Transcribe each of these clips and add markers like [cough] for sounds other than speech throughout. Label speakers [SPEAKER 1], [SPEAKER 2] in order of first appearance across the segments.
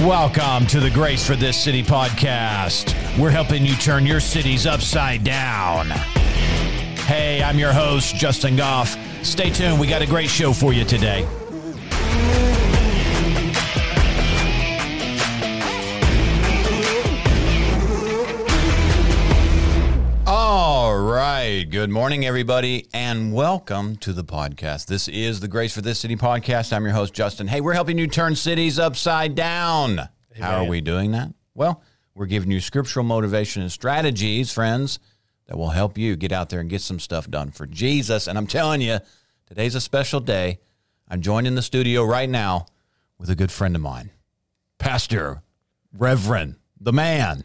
[SPEAKER 1] Welcome to the Grace for This City podcast. We're helping you turn your cities upside down. Hey, I'm your host, Justin Goff. Stay tuned, we got a great show for you today.
[SPEAKER 2] All right. Good morning, everybody, and welcome to the podcast. This is the Grace for This City podcast. I'm your host, Justin. Hey, we're helping you turn cities upside down. How are we doing that? Well, we're giving you scriptural motivation and strategies, friends, that will help you get out there and get some stuff done for Jesus. And I'm telling you, today's a special day. I'm joined in the studio right now with a good friend of mine, Pastor, Reverend, the man,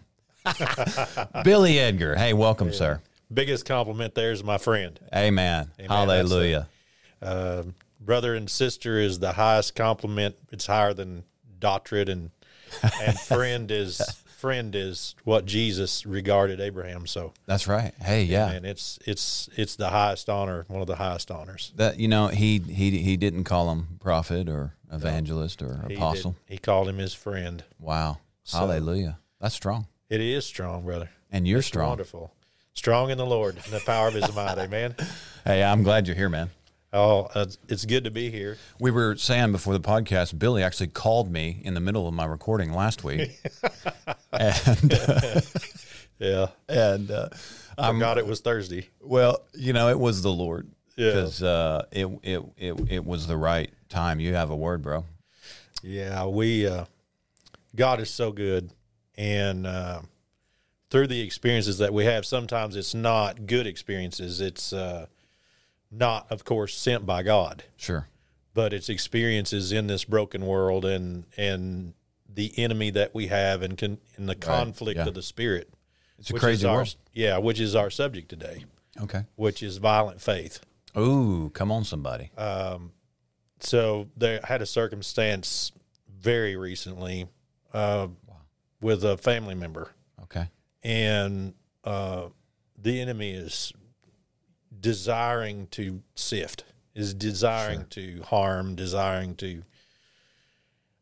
[SPEAKER 2] Billy Edgar. Hey, welcome, sir.
[SPEAKER 3] biggest compliment there is my friend.
[SPEAKER 2] Amen. Hallelujah.
[SPEAKER 3] Um brother and sister is the highest compliment. It's higher than doctorate and and friend is friend is what Jesus regarded Abraham. So
[SPEAKER 2] That's right. Hey, yeah.
[SPEAKER 3] and it's it's it's the highest honor, one of the highest honors.
[SPEAKER 2] That you know, he he he didn't call him prophet or evangelist or
[SPEAKER 3] He did-
[SPEAKER 2] apostle.
[SPEAKER 3] He, called him his friend.
[SPEAKER 2] Wow. Hallelujah. That's strong.
[SPEAKER 3] It is strong, brother.
[SPEAKER 2] And you're strong.
[SPEAKER 3] Wonderful. Strong in the Lord and the power of his might. Amen.
[SPEAKER 2] Hey, I'm glad you're here, man.
[SPEAKER 3] Oh, uh, it's good to be here.
[SPEAKER 2] We were saying before the podcast, Billy actually called me in the middle of my recording last week,
[SPEAKER 3] Yeah.
[SPEAKER 2] [laughs] and uh,
[SPEAKER 3] I forgot it was Thursday.
[SPEAKER 2] Well, you know, it was the Lord
[SPEAKER 3] Yeah.
[SPEAKER 2] because uh, it, it it it was the right time. You have a word, bro.
[SPEAKER 3] Yeah, we uh, God is so good, and uh, through the experiences that we have, sometimes it's not good experiences. It's uh, not, of course, sent by God,
[SPEAKER 2] Sure.
[SPEAKER 3] but it's experiences in this broken world and and the enemy that we have, and con- and the conflict
[SPEAKER 2] yeah.
[SPEAKER 3] of the spirit.
[SPEAKER 2] It's a
[SPEAKER 3] which is
[SPEAKER 2] crazy
[SPEAKER 3] our,
[SPEAKER 2] world.
[SPEAKER 3] Yeah, which is our subject today,
[SPEAKER 2] Okay.
[SPEAKER 3] which is violent faith.
[SPEAKER 2] Ooh, come on, somebody.
[SPEAKER 3] so there I had a circumstance very recently uh, with a family member
[SPEAKER 2] okay.
[SPEAKER 3] and uh, the enemy is desiring to sift is desiring to harm desiring to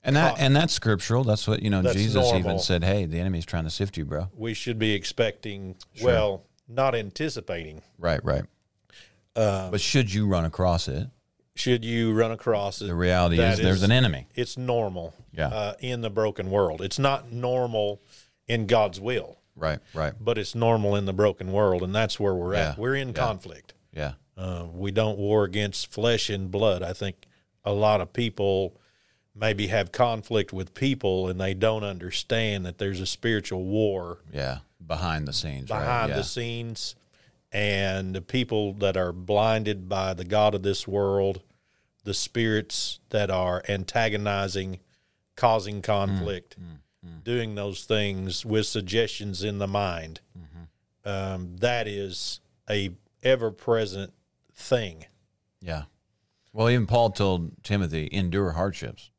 [SPEAKER 2] And that and that's scriptural. That's what you know.
[SPEAKER 3] That's
[SPEAKER 2] Jesus even
[SPEAKER 3] normal.
[SPEAKER 2] said, "Hey, the enemy's trying to sift you, bro."
[SPEAKER 3] we should be expecting well not anticipating
[SPEAKER 2] Right, right. Um, but should you run across it,
[SPEAKER 3] should you run across it
[SPEAKER 2] the reality
[SPEAKER 3] that
[SPEAKER 2] is, there's an enemy.
[SPEAKER 3] it's normal
[SPEAKER 2] Yeah.
[SPEAKER 3] uh, in the broken world it's not normal in god's will
[SPEAKER 2] Right, right.
[SPEAKER 3] but it's normal in the broken world and that's where we're
[SPEAKER 2] Yeah,
[SPEAKER 3] at we're in conflict
[SPEAKER 2] Yeah,
[SPEAKER 3] Uh, we don't war against flesh and blood. I think a lot of people maybe have conflict with people and they don't understand that there's a spiritual war
[SPEAKER 2] yeah. Behind the scenes. right?
[SPEAKER 3] behind
[SPEAKER 2] yeah.
[SPEAKER 3] the scenes. And the people that are blinded by the God of this world, the spirits that are antagonizing,
[SPEAKER 2] Mm,
[SPEAKER 3] causing conflict, doing those things with suggestions in the mind,
[SPEAKER 2] Mm-hmm.
[SPEAKER 3] um, that is a ever present thing.
[SPEAKER 2] Yeah. Well, even Paul told Timothy, "Endure hardships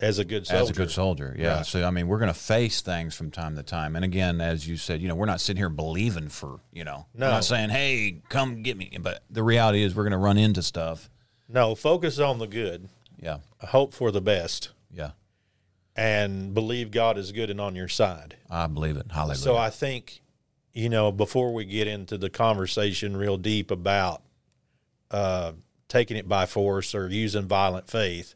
[SPEAKER 3] as a good soldier.
[SPEAKER 2] as a good soldier." Yeah.
[SPEAKER 3] Right.
[SPEAKER 2] So I mean, we're going to face things from time to time. And again, as you said, you know, we're not sitting here believing for you know, we're
[SPEAKER 3] No.
[SPEAKER 2] not saying, "Hey, come get me." But the reality is, we're going to run into stuff.
[SPEAKER 3] No, focus on the good,
[SPEAKER 2] Yeah,
[SPEAKER 3] hope for the best,
[SPEAKER 2] yeah.
[SPEAKER 3] and believe God is good and on your side.
[SPEAKER 2] I believe it. Hallelujah.
[SPEAKER 3] So I think, you know, before we get into the conversation real deep about uh, taking it by force or using violent faith,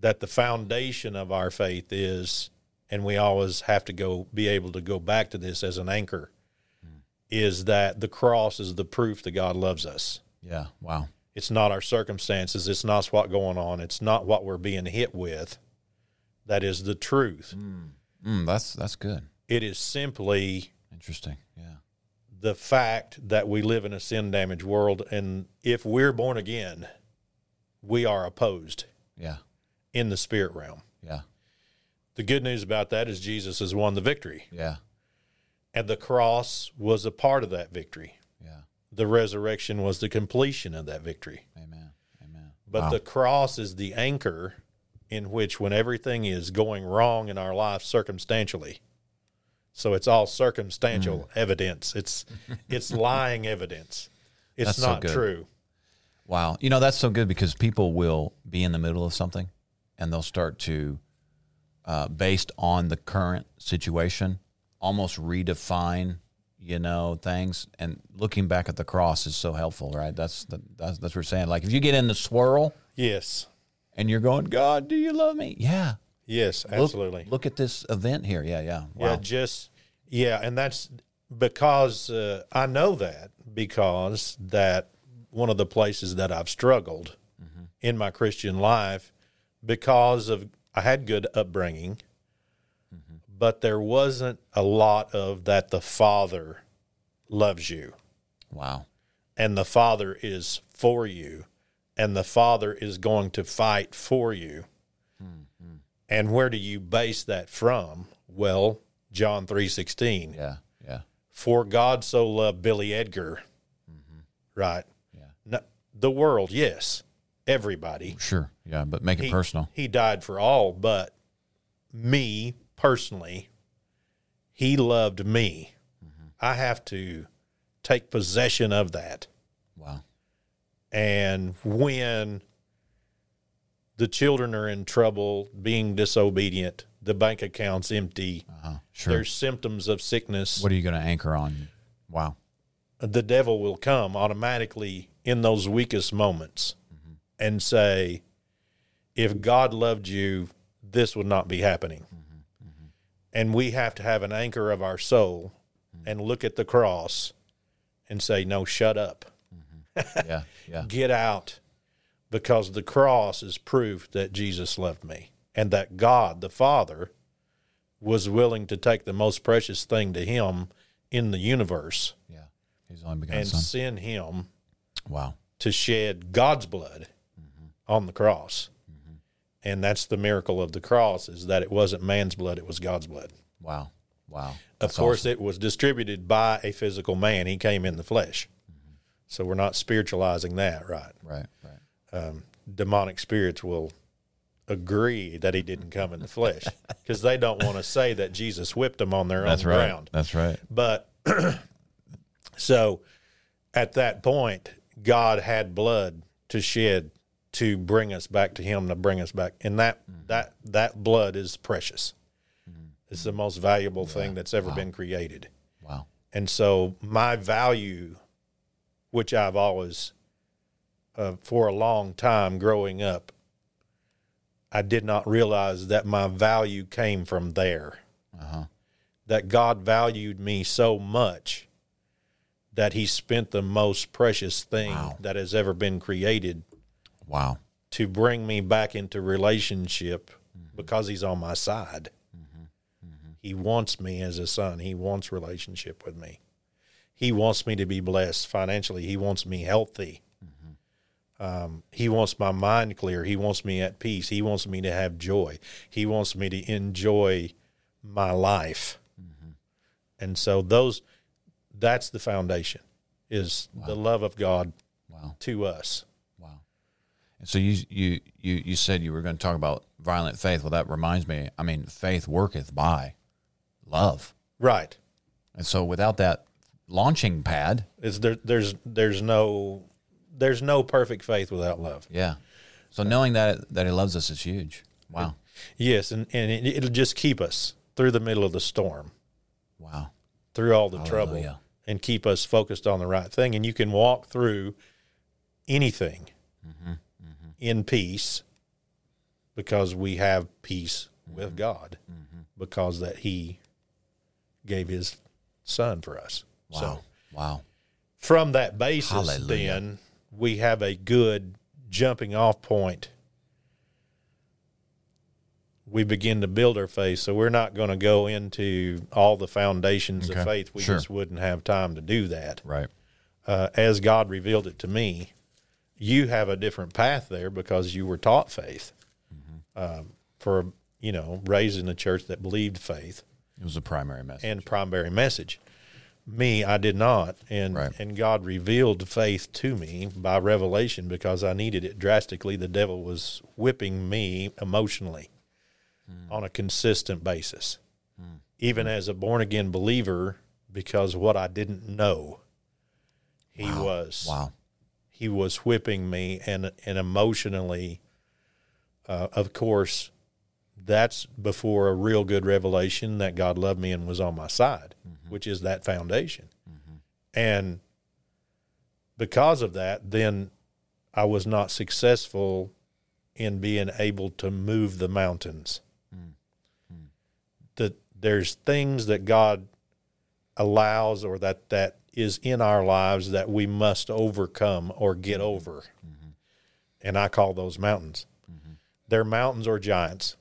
[SPEAKER 3] that the foundation of our faith is, and we always have to go be able to go back to this as an anchor, Hmm. is that the cross is the proof that God loves us.
[SPEAKER 2] yeah. Wow.
[SPEAKER 3] It's not our circumstances. It's not what's going on. It's not what we're being hit with. That is the truth.
[SPEAKER 2] Mm, that's that's good.
[SPEAKER 3] It is simply
[SPEAKER 2] Interesting. Yeah.
[SPEAKER 3] the fact that we live in a sin damaged world. And if we're born again, we are opposed
[SPEAKER 2] Yeah.
[SPEAKER 3] in the spirit realm.
[SPEAKER 2] Yeah.
[SPEAKER 3] The good news about that is Jesus has won the victory,
[SPEAKER 2] Yeah.
[SPEAKER 3] and the cross was a part of that victory.
[SPEAKER 2] Yeah.
[SPEAKER 3] The resurrection was the completion of that victory.
[SPEAKER 2] Amen. Amen.
[SPEAKER 3] But the cross is the anchor in which, when everything is going wrong in our life circumstantially, so it's all circumstantial
[SPEAKER 2] Hmm.
[SPEAKER 3] evidence. It's it's lying evidence. It's
[SPEAKER 2] That's so
[SPEAKER 3] not
[SPEAKER 2] good.
[SPEAKER 3] true.
[SPEAKER 2] Wow. You know, that's so good because people will be in the middle of something and they'll start to uh, based on the current situation, almost redefine you know things. And looking back at the cross is so helpful, right? That's the, that's, that's what we're saying. Like if you get in the swirl
[SPEAKER 3] Yes.
[SPEAKER 2] and you're going, God, do you love me? Yeah,
[SPEAKER 3] Yes,
[SPEAKER 2] Look-
[SPEAKER 3] absolutely.
[SPEAKER 2] Look, at this event here. Yeah, yeah.
[SPEAKER 3] Yeah, just yeah, and that's because uh, I know that because that one of the places that I've struggled in my Christian life because of I had good upbringing, but there wasn't a lot of that. The Father loves you,
[SPEAKER 2] Wow.
[SPEAKER 3] and the Father is for you, and the Father is going to fight for you.
[SPEAKER 2] Mm-hmm.
[SPEAKER 3] And where do you base that from? Well, John three sixteen.
[SPEAKER 2] Yeah, yeah.
[SPEAKER 3] for God so loved Billy Edgar,
[SPEAKER 2] Mm-hmm.
[SPEAKER 3] right?
[SPEAKER 2] Yeah.
[SPEAKER 3] No, the world, yes, everybody.
[SPEAKER 2] Sure. Yeah, but make it
[SPEAKER 3] He-
[SPEAKER 2] personal.
[SPEAKER 3] He died for all, but me personally, he loved me.
[SPEAKER 2] Mm-hmm.
[SPEAKER 3] I have to take possession of that.
[SPEAKER 2] Wow.
[SPEAKER 3] And when the children are in trouble, being disobedient, the bank account's empty,
[SPEAKER 2] Uh-huh. Sure.
[SPEAKER 3] there's symptoms of sickness.
[SPEAKER 2] what are you going to anchor on?
[SPEAKER 3] [laughs]
[SPEAKER 2] Wow.
[SPEAKER 3] the devil will come automatically in those weakest moments
[SPEAKER 2] Mm-hmm.
[SPEAKER 3] and say, if God loved you, this would not be happening.
[SPEAKER 2] Mm-hmm.
[SPEAKER 3] And we have to have an anchor of our soul
[SPEAKER 2] Mm-hmm.
[SPEAKER 3] and look at the cross and say, no, shut up,
[SPEAKER 2] Yeah, yeah.
[SPEAKER 3] get out, because the cross is proof that Jesus loved me and that God, the Father, was willing to take the most precious thing to him in the universe
[SPEAKER 2] Yeah. He's only begotten
[SPEAKER 3] and
[SPEAKER 2] son.
[SPEAKER 3] send him
[SPEAKER 2] Wow.
[SPEAKER 3] to shed God's blood on the cross. And that's the miracle of the cross is that it wasn't man's blood, it was God's blood.
[SPEAKER 2] Wow. Wow.
[SPEAKER 3] Of course, it was distributed by a physical man. He came in the flesh. So we're not spiritualizing that, right?
[SPEAKER 2] Right, right.
[SPEAKER 3] um, Demonic spirits will agree that he didn't come in
[SPEAKER 2] [laughs]
[SPEAKER 3] the flesh because they don't want to say that Jesus whipped them on their own ground.
[SPEAKER 2] That's right.
[SPEAKER 3] But [clears throat] so at that point, God had blood to shed to bring us back to Him, to bring us back. And that
[SPEAKER 2] Mm-hmm.
[SPEAKER 3] that that blood is precious. It's the most valuable thing that's ever been created.
[SPEAKER 2] Wow.
[SPEAKER 3] And so my value, which I've always uh, for a long time growing up, I did not realize that my value came from there
[SPEAKER 2] Uh-huh.
[SPEAKER 3] that God valued me so much that he spent the most precious thing
[SPEAKER 2] Wow.
[SPEAKER 3] that has ever been created
[SPEAKER 2] Wow.
[SPEAKER 3] to bring me back into relationship because he's on my side. He wants me as a son. He wants relationship with me. He wants me to be blessed financially. He wants me healthy. Um, he wants my mind clear. He wants me at peace. He wants me to have joy. He wants me to enjoy my life. And so those that's the foundation is the love of God
[SPEAKER 2] Wow.
[SPEAKER 3] to us.
[SPEAKER 2] Wow. And so you you you you said you were going to talk about violent faith. Well, that reminds me. I mean, faith worketh by love.
[SPEAKER 3] Right.
[SPEAKER 2] And so without that launching pad,
[SPEAKER 3] It's there, there's there's no there's no perfect faith without love.
[SPEAKER 2] yeah. So knowing that that he loves us is huge. Wow.
[SPEAKER 3] Yes, and and it, it'll just keep us through the middle of the storm,
[SPEAKER 2] Wow.
[SPEAKER 3] through all the trouble,
[SPEAKER 2] Hallelujah.
[SPEAKER 3] and keep us focused on the right thing. And you can walk through anything
[SPEAKER 2] Mm-hmm,
[SPEAKER 3] in peace because we have peace
[SPEAKER 2] Mm-hmm,
[SPEAKER 3] with God because that He gave His Son for us.
[SPEAKER 2] Wow.
[SPEAKER 3] So
[SPEAKER 2] wow.
[SPEAKER 3] from that basis,
[SPEAKER 2] Hallelujah.
[SPEAKER 3] then we have a good jumping off point. We begin to build our faith. So we're not going to go into all the foundations
[SPEAKER 2] Okay.
[SPEAKER 3] of faith. We
[SPEAKER 2] Sure.
[SPEAKER 3] just wouldn't have time to do that.
[SPEAKER 2] Right.
[SPEAKER 3] Uh, as God revealed it to me, you have a different path there because you were taught faith
[SPEAKER 2] Mm-hmm.
[SPEAKER 3] um, for, you know, raised in a church that believed faith
[SPEAKER 2] It was the primary message.
[SPEAKER 3] and primary message. Me, I did not, and
[SPEAKER 2] Right.
[SPEAKER 3] and God revealed faith to me by revelation because I needed it drastically. The devil was whipping me emotionally
[SPEAKER 2] Hmm.
[SPEAKER 3] on a consistent basis, even as a born again believer, because what I didn't know, he was
[SPEAKER 2] wow.
[SPEAKER 3] he was whipping me and and emotionally uh, of course that's before a real good revelation that God loved me and was on my side, which is that foundation. And because of that, then I was not successful in being able to move the mountains. That there's things that God allows or that that is in our lives that we must overcome or get over. And I call those mountains. They're mountains or giants.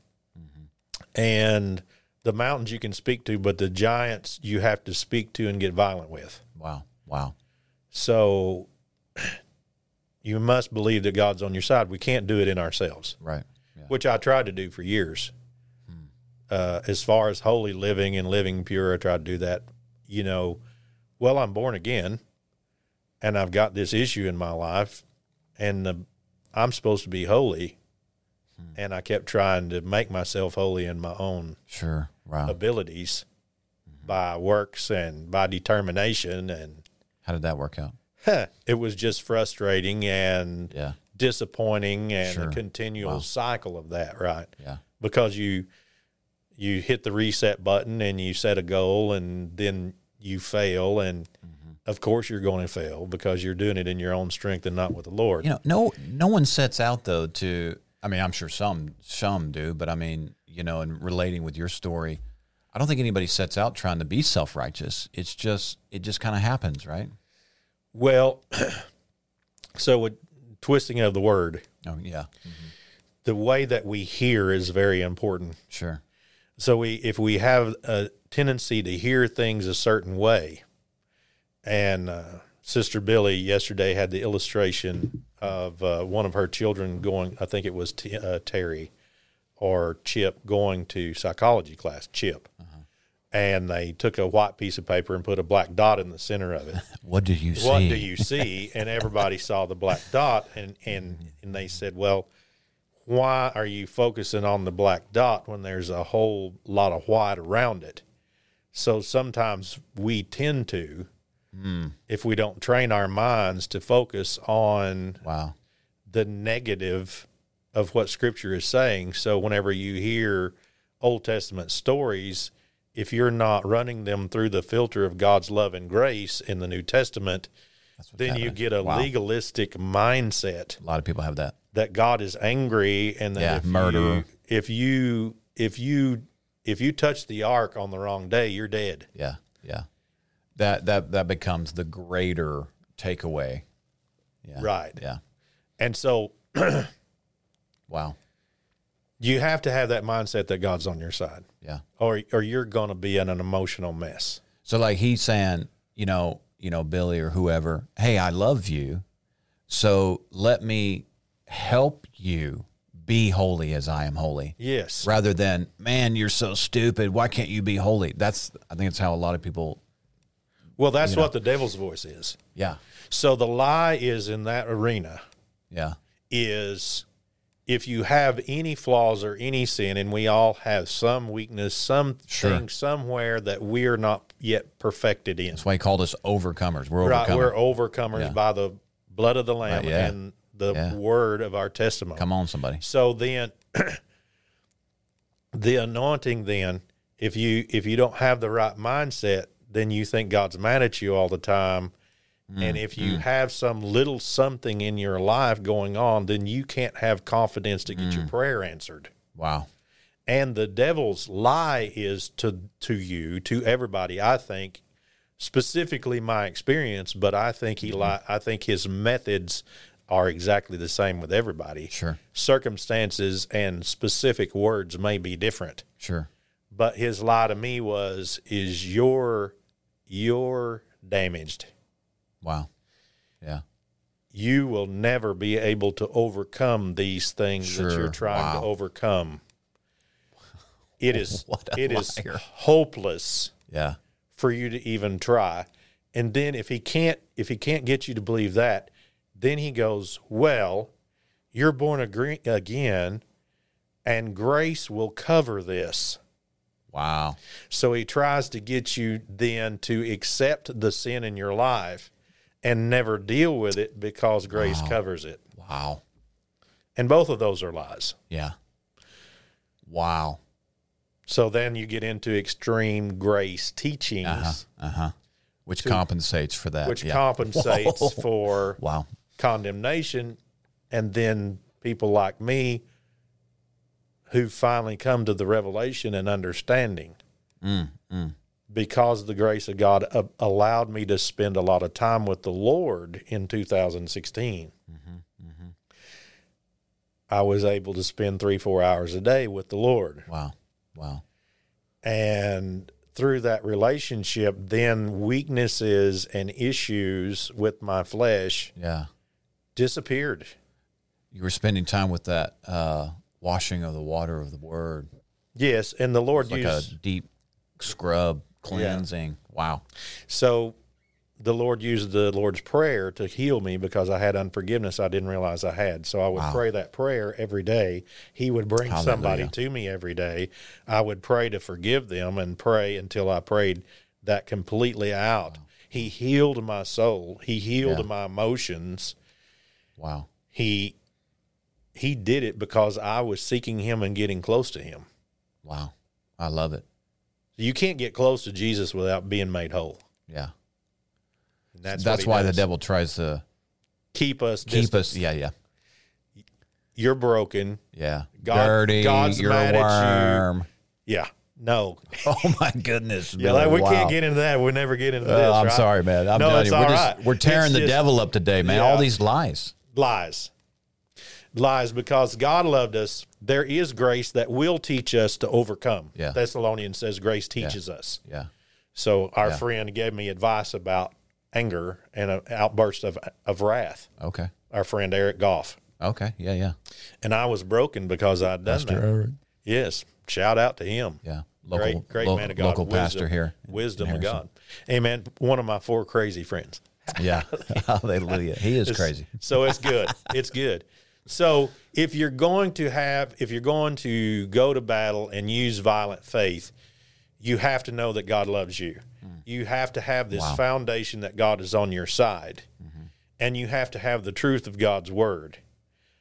[SPEAKER 3] And the mountains you can speak to, but the giants you have to speak to and get violent with.
[SPEAKER 2] Wow. Wow.
[SPEAKER 3] So [sighs] you must believe that God's on your side. We can't do it in ourselves,
[SPEAKER 2] Right. Yeah. Hmm.
[SPEAKER 3] which I tried to do for years. Uh, as far as holy living and living pure, I tried to do that. You know, well, I'm born again and I've got this issue in my life and the, I'm supposed to be holy.
[SPEAKER 2] Hmm.
[SPEAKER 3] And I kept trying to make myself holy in my own
[SPEAKER 2] Sure. Wow.
[SPEAKER 3] abilities
[SPEAKER 2] Mm-hmm.
[SPEAKER 3] by works and by determination. And
[SPEAKER 2] How did that work out?
[SPEAKER 3] huh, it was just frustrating and
[SPEAKER 2] Yeah.
[SPEAKER 3] disappointing and
[SPEAKER 2] Sure.
[SPEAKER 3] a continual
[SPEAKER 2] Wow.
[SPEAKER 3] cycle of that, right?
[SPEAKER 2] Yeah.
[SPEAKER 3] Because you you hit the reset button and you set a goal and then you fail and of course you're going to fail because you're doing it in your own strength and not with the Lord.
[SPEAKER 2] You know, no no one sets out though to I mean, I'm sure some some do, but I mean, you know, in relating with your story, I don't think anybody sets out trying to be self-righteous. It's just it just kind of happens, right?
[SPEAKER 3] Well, [clears throat] so with twisting of the word,
[SPEAKER 2] Oh, yeah.
[SPEAKER 3] the way that we hear is very important.
[SPEAKER 2] Sure.
[SPEAKER 3] so we if we have a tendency to hear things a certain way and uh, sister billy yesterday had the illustration of uh, one of her children going i think it was T- uh, terry or chip going to psychology class chip and they took a white piece of paper and put a black dot in the center of it
[SPEAKER 2] What do you
[SPEAKER 3] what
[SPEAKER 2] see?
[SPEAKER 3] do you see? And everybody saw the black dot, and and and they said, well, why are you focusing on the black dot when there's a whole lot of white around it? So sometimes we tend to, if we don't train our minds to focus on
[SPEAKER 2] wow.
[SPEAKER 3] the negative of what scripture is saying. So whenever you hear Old Testament stories, if you're not running them through the filter of God's love and grace in the New Testament,
[SPEAKER 2] That's what's
[SPEAKER 3] then you
[SPEAKER 2] happening.
[SPEAKER 3] get a
[SPEAKER 2] Wow.
[SPEAKER 3] legalistic mindset
[SPEAKER 2] A lot of people have that.
[SPEAKER 3] that God is angry and that
[SPEAKER 2] Yeah,
[SPEAKER 3] if
[SPEAKER 2] murderer.
[SPEAKER 3] You, if you if you if you touch the ark on the wrong day, you're dead.
[SPEAKER 2] Yeah, yeah. That that that becomes the greater takeaway. Yeah.
[SPEAKER 3] Right.
[SPEAKER 2] Yeah.
[SPEAKER 3] And so
[SPEAKER 2] Wow.
[SPEAKER 3] you have to have that mindset that God's on your side.
[SPEAKER 2] Yeah.
[SPEAKER 3] Or or you're gonna be in an emotional mess.
[SPEAKER 2] So like he's saying, you know, you know, Billy or whoever, hey, I love you. So let me help you be holy as I am holy.
[SPEAKER 3] Yes.
[SPEAKER 2] Rather than, man, you're so stupid. Why can't you be holy? That's I think it's how a lot of people
[SPEAKER 3] Well, that's what the devil's voice is.
[SPEAKER 2] Yeah.
[SPEAKER 3] So the lie is in that arena
[SPEAKER 2] Yeah.
[SPEAKER 3] is if you have any flaws or any sin, and we all have some weakness, something somewhere that we are not yet perfected in.
[SPEAKER 2] That's why he called us overcomers. We're
[SPEAKER 3] Right,
[SPEAKER 2] overcomers.
[SPEAKER 3] we're overcomers by the blood of the Lamb
[SPEAKER 2] Right, yeah.
[SPEAKER 3] and the
[SPEAKER 2] Yeah.
[SPEAKER 3] word of our testimony.
[SPEAKER 2] Come on, somebody.
[SPEAKER 3] So then [clears throat] the anointing then, if you if you don't have the right mindset, then you think God's mad at you all the time. and if you have some little something in your life going on, then you can't have confidence to get your prayer answered.
[SPEAKER 2] Wow.
[SPEAKER 3] And the devil's lie is to to you, to everybody, I think, specifically my experience, but I think he li- I think his methods are exactly the same with everybody
[SPEAKER 2] Sure.
[SPEAKER 3] circumstances and specific words may be different
[SPEAKER 2] Sure.
[SPEAKER 3] but his lie to me was is you're you're damaged
[SPEAKER 2] Wow. Yeah.
[SPEAKER 3] you will never be able to overcome these things that
[SPEAKER 2] Sure.
[SPEAKER 3] you're trying
[SPEAKER 2] Wow.
[SPEAKER 3] to overcome it is
[SPEAKER 2] [laughs] What a
[SPEAKER 3] it is
[SPEAKER 2] liar.
[SPEAKER 3] hopeless
[SPEAKER 2] Yeah.
[SPEAKER 3] for you to even try and then if he can't if he can't get you to believe that then he goes well you're born agre- again and grace will cover this
[SPEAKER 2] Wow.
[SPEAKER 3] so he tries to get you then to accept the sin in your life and never deal with it because grace covers it
[SPEAKER 2] Wow.
[SPEAKER 3] and both of those are lies
[SPEAKER 2] Yeah. Wow.
[SPEAKER 3] So then you get into extreme grace teachings,
[SPEAKER 2] Uh huh. Which compensates for that.
[SPEAKER 3] which
[SPEAKER 2] yeah. [laughs]
[SPEAKER 3] compensates for
[SPEAKER 2] wow.
[SPEAKER 3] condemnation. And then people like me who finally come to the revelation and understanding because the grace of God a- allowed me to spend a lot of time with the Lord in 2016. I was able to spend three, four hours a day with the Lord.
[SPEAKER 2] Wow. Wow.
[SPEAKER 3] And through that relationship, then weaknesses and issues with my flesh
[SPEAKER 2] Yeah.
[SPEAKER 3] disappeared.
[SPEAKER 2] You were spending time with that uh, washing of the water of the word,
[SPEAKER 3] Yes, and the Lord
[SPEAKER 2] like
[SPEAKER 3] used
[SPEAKER 2] a deep scrub cleansing. Wow.
[SPEAKER 3] so the Lord used the Lord's prayer to heal me because I had unforgiveness I didn't realize I had. So I would pray that prayer every day. He would bring somebody to me every day. I would pray to forgive them and pray until I prayed that completely out. He healed my soul. He healed my emotions.
[SPEAKER 2] Wow.
[SPEAKER 3] he he did it because I was seeking him and getting close to him.
[SPEAKER 2] Wow. I love it.
[SPEAKER 3] You can't get close to Jesus without being made whole.
[SPEAKER 2] Yeah.
[SPEAKER 3] And
[SPEAKER 2] That's,
[SPEAKER 3] what he
[SPEAKER 2] why the
[SPEAKER 3] does.
[SPEAKER 2] devil tries to
[SPEAKER 3] keep us
[SPEAKER 2] keep
[SPEAKER 3] keep
[SPEAKER 2] us. Yeah. Yeah.
[SPEAKER 3] You're broken.
[SPEAKER 2] Yeah.
[SPEAKER 3] God-
[SPEAKER 2] Dirty.
[SPEAKER 3] God's
[SPEAKER 2] you're
[SPEAKER 3] mad
[SPEAKER 2] a
[SPEAKER 3] at you.
[SPEAKER 2] worm.
[SPEAKER 3] Yeah. No.
[SPEAKER 2] [laughs] Oh my goodness.
[SPEAKER 3] Yeah, like,
[SPEAKER 2] Billy.
[SPEAKER 3] we
[SPEAKER 2] Wow.
[SPEAKER 3] can't get into that. We never get into
[SPEAKER 2] Uh,
[SPEAKER 3] this.
[SPEAKER 2] I'm
[SPEAKER 3] right?
[SPEAKER 2] sorry, man. I'm
[SPEAKER 3] No,
[SPEAKER 2] telling
[SPEAKER 3] it's
[SPEAKER 2] you, we're,
[SPEAKER 3] all
[SPEAKER 2] just,
[SPEAKER 3] right.
[SPEAKER 2] we're tearing
[SPEAKER 3] It's
[SPEAKER 2] the
[SPEAKER 3] just-
[SPEAKER 2] devil up today, man.
[SPEAKER 3] Yeah.
[SPEAKER 2] All these lies.
[SPEAKER 3] Lies. Lies because God loved us. There is grace that will teach us to overcome.
[SPEAKER 2] Yeah.
[SPEAKER 3] Thessalonians says grace teaches us.
[SPEAKER 2] Yeah.
[SPEAKER 3] So our friend gave me advice about anger and an outburst of, of wrath.
[SPEAKER 2] Okay.
[SPEAKER 3] Our friend Eric Goff.
[SPEAKER 2] Okay. Yeah. Yeah.
[SPEAKER 3] and I was broken because I'd done that. Yes, shout out to him.
[SPEAKER 2] Yeah.
[SPEAKER 3] great, great
[SPEAKER 2] lo-
[SPEAKER 3] man of God,
[SPEAKER 2] Local
[SPEAKER 3] Wisdom-
[SPEAKER 2] pastor here. in-
[SPEAKER 3] wisdom
[SPEAKER 2] in
[SPEAKER 3] of
[SPEAKER 2] Harrison.
[SPEAKER 3] God. Amen. One of my four crazy friends. [laughs]
[SPEAKER 2] Yeah. [laughs] Hallelujah. He is crazy.
[SPEAKER 3] So
[SPEAKER 2] [laughs]
[SPEAKER 3] it's good. it's good. So if you're going to have, if you're going to go to battle and use violent faith, you have to know that God loves you.
[SPEAKER 2] Mm.
[SPEAKER 3] You have to have this foundation that God is on your side,
[SPEAKER 2] Mm-hmm.
[SPEAKER 3] and you have to have the truth of God's word.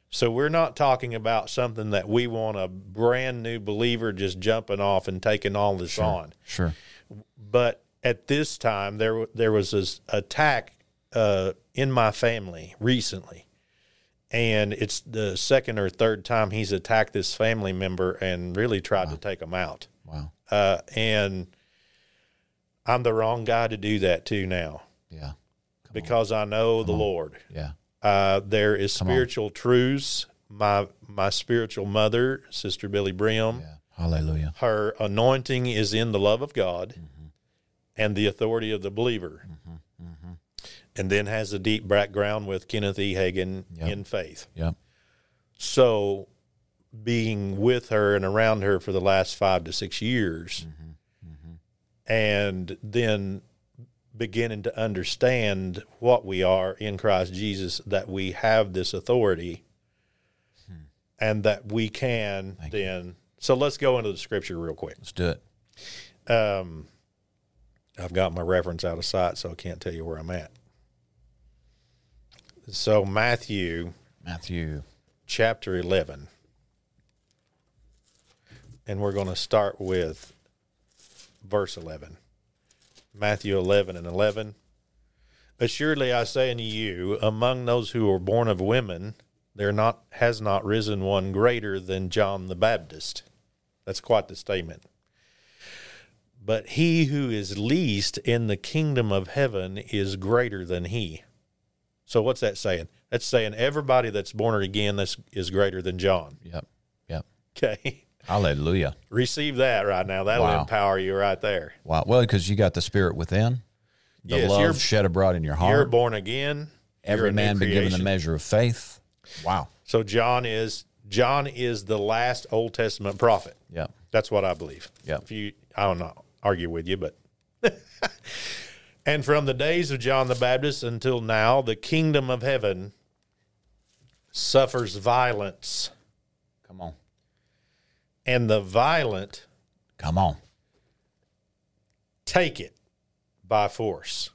[SPEAKER 3] So we're not talking about something that we want a brand new believer just jumping off and taking all this on
[SPEAKER 2] Sure.
[SPEAKER 3] but at this time there wa- there was this attack uh, in my family recently, and it's the second or third time he's attacked this family member and really tried to take him out.
[SPEAKER 2] Wow.
[SPEAKER 3] Uh, and I'm the wrong guy to do that to now
[SPEAKER 2] Yeah.
[SPEAKER 3] because I know the Lord.
[SPEAKER 2] Yeah.
[SPEAKER 3] Uh, there is spiritual truths. My my spiritual mother, Sister Billy Brim,
[SPEAKER 2] Yeah. Hallelujah.
[SPEAKER 3] her anointing is in the love of God and the authority of the believer. And then has a deep background with Kenneth E. Hagan in faith.
[SPEAKER 2] Yep.
[SPEAKER 3] So, being with her and around her for the last five to six years, and then beginning to understand what we are in Christ Jesus, that we have this authority and that we can then. So, let's go into the scripture real quick.
[SPEAKER 2] Let's do it.
[SPEAKER 3] Um, I've got my reference out of sight, so I can't tell you where I'm at. So, Matthew
[SPEAKER 2] Matthew.
[SPEAKER 3] chapter 11. And we're going to start with verse 11. Matthew 11 and 11. Assuredly I say unto you, among those who are born of women, there not has not risen one greater than John the Baptist. That's quite the statement. But he who is least in the kingdom of heaven is greater than he. So what's that saying? That's saying everybody that's born again that's, is greater than John. [laughs]
[SPEAKER 2] Yep. Yep.
[SPEAKER 3] Okay.
[SPEAKER 2] Hallelujah.
[SPEAKER 3] Receive that right now. That'll
[SPEAKER 2] Wow.
[SPEAKER 3] empower you right there.
[SPEAKER 2] Wow. Well, because you got the spirit within, the
[SPEAKER 3] Yes,
[SPEAKER 2] love
[SPEAKER 3] you're-
[SPEAKER 2] shed abroad in your
[SPEAKER 3] You're
[SPEAKER 2] heart.
[SPEAKER 3] born again. You're
[SPEAKER 2] Every
[SPEAKER 3] a new
[SPEAKER 2] man been given the
[SPEAKER 3] creation.
[SPEAKER 2] measure of faith. Wow.
[SPEAKER 3] So John is John is the last Old Testament prophet.
[SPEAKER 2] Yep.
[SPEAKER 3] That's what I believe.
[SPEAKER 2] Yep.
[SPEAKER 3] If you, I don't know, argue with you, but. [laughs] and from the days of John the Baptist until now, the kingdom of heaven suffers violence,
[SPEAKER 2] Come on.
[SPEAKER 3] and the violent
[SPEAKER 2] Come on.
[SPEAKER 3] take it by force.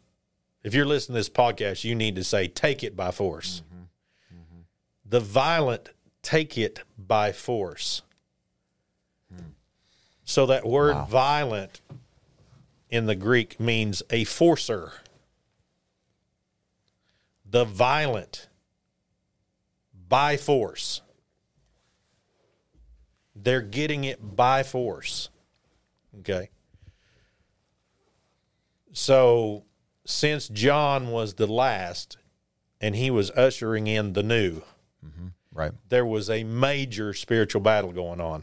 [SPEAKER 3] If you're listening to this podcast, you need to say, take it by force. The violent take it by force. So that word violent in the Greek means a forcer. The violent by force. They're getting it by force. Okay. So since John was the last and he was ushering in the new,
[SPEAKER 2] Right.
[SPEAKER 3] there was a major spiritual battle going on.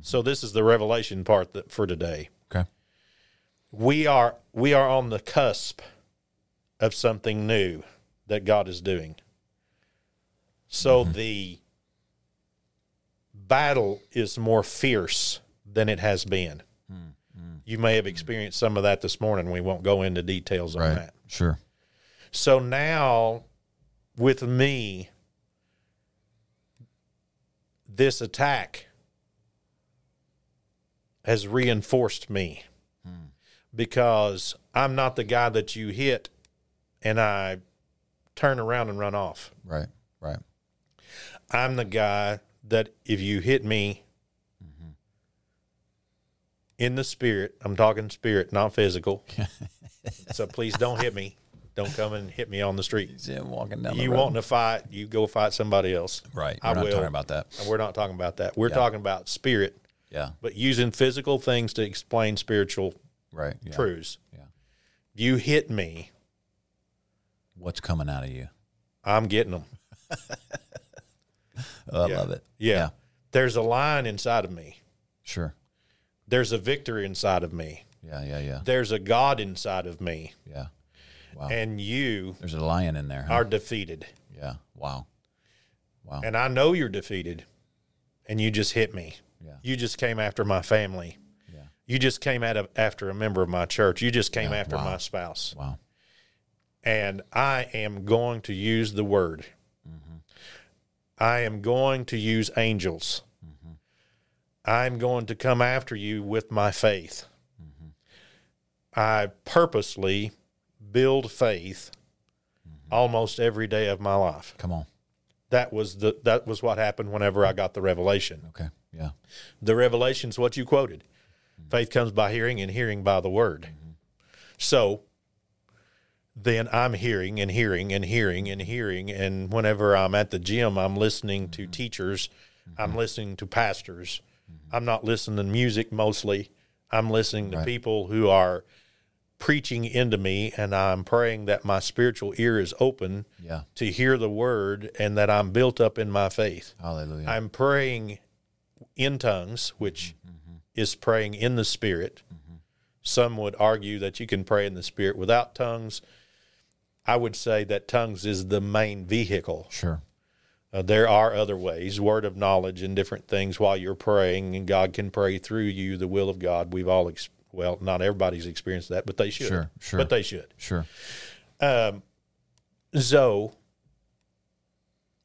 [SPEAKER 3] So this is the revelation part that, for today.
[SPEAKER 2] Okay.
[SPEAKER 3] We are we are on the cusp of something new that God is doing. So the battle is more fierce than it has been. You may have experienced some of that this morning. We won't go into details on
[SPEAKER 2] Right.
[SPEAKER 3] that.
[SPEAKER 2] Sure.
[SPEAKER 3] So now, with me, this attack has reinforced me because I'm not the guy that you hit and I turn around and run off.
[SPEAKER 2] Right. Right.
[SPEAKER 3] I'm the guy that if you hit me in the spirit, I'm talking spirit, not physical. so please don't hit me. Don't come and hit me on the street.
[SPEAKER 2] Yeah, walking down
[SPEAKER 3] You wanting to fight, you go fight somebody else.
[SPEAKER 2] Right. We're
[SPEAKER 3] I
[SPEAKER 2] not
[SPEAKER 3] will.
[SPEAKER 2] talking about that.
[SPEAKER 3] And we're not talking about that. We're talking about spirit,
[SPEAKER 2] Yeah.
[SPEAKER 3] but using physical things to explain spiritual
[SPEAKER 2] Right. Yeah.
[SPEAKER 3] truths.
[SPEAKER 2] Yeah.
[SPEAKER 3] You hit me,
[SPEAKER 2] What's coming out of you?
[SPEAKER 3] I'm getting them.
[SPEAKER 2] Oh, I
[SPEAKER 3] Yeah.
[SPEAKER 2] love it.
[SPEAKER 3] Yeah. There's a line inside of me.
[SPEAKER 2] Sure.
[SPEAKER 3] There's a victory inside of me.
[SPEAKER 2] Yeah. Yeah. Yeah.
[SPEAKER 3] There's a God inside of me,
[SPEAKER 2] Yeah. Uh-huh.
[SPEAKER 3] and you
[SPEAKER 2] There's a lion in there. Huh?
[SPEAKER 3] are defeated.
[SPEAKER 2] yeah. Wow. Uh-huh.
[SPEAKER 3] And I know you're defeated, and you just hit me.
[SPEAKER 2] Yeah.
[SPEAKER 3] You just came after my family.
[SPEAKER 2] Yeah.
[SPEAKER 3] You just came out of, after a member of my church. You just came after my spouse.
[SPEAKER 2] Wow.
[SPEAKER 3] and I am going to use the word. I am going to use angels. I'm going to come after you with my faith. I purposely build faith almost every day of my life.
[SPEAKER 2] Come on.
[SPEAKER 3] That was the that was what happened whenever I got the revelation.
[SPEAKER 2] Okay. Yeah.
[SPEAKER 3] The revelation's what you quoted. Faith comes by hearing and hearing by the word. So then I'm hearing and hearing and hearing and hearing. And whenever I'm at the gym, I'm listening to teachers, I'm listening to pastors, I'm not listening to music mostly. I'm listening to people who are preaching into me, and I'm praying that my spiritual ear is open
[SPEAKER 2] Yeah.
[SPEAKER 3] to hear the word and that I'm built up in my faith.
[SPEAKER 2] Hallelujah.
[SPEAKER 3] I'm praying in tongues, which
[SPEAKER 2] Mm-hmm.
[SPEAKER 3] is praying in the spirit. Some would argue that you can pray in the spirit without tongues. I would say that tongues is the main vehicle.
[SPEAKER 2] sure.
[SPEAKER 3] Uh, there are other ways, word of knowledge and different things while you're praying, and God can pray through you the will of God. We've all, ex- well, not everybody's experienced that, but they should.
[SPEAKER 2] Sure, sure.
[SPEAKER 3] But they should.
[SPEAKER 2] Sure.
[SPEAKER 3] Um, So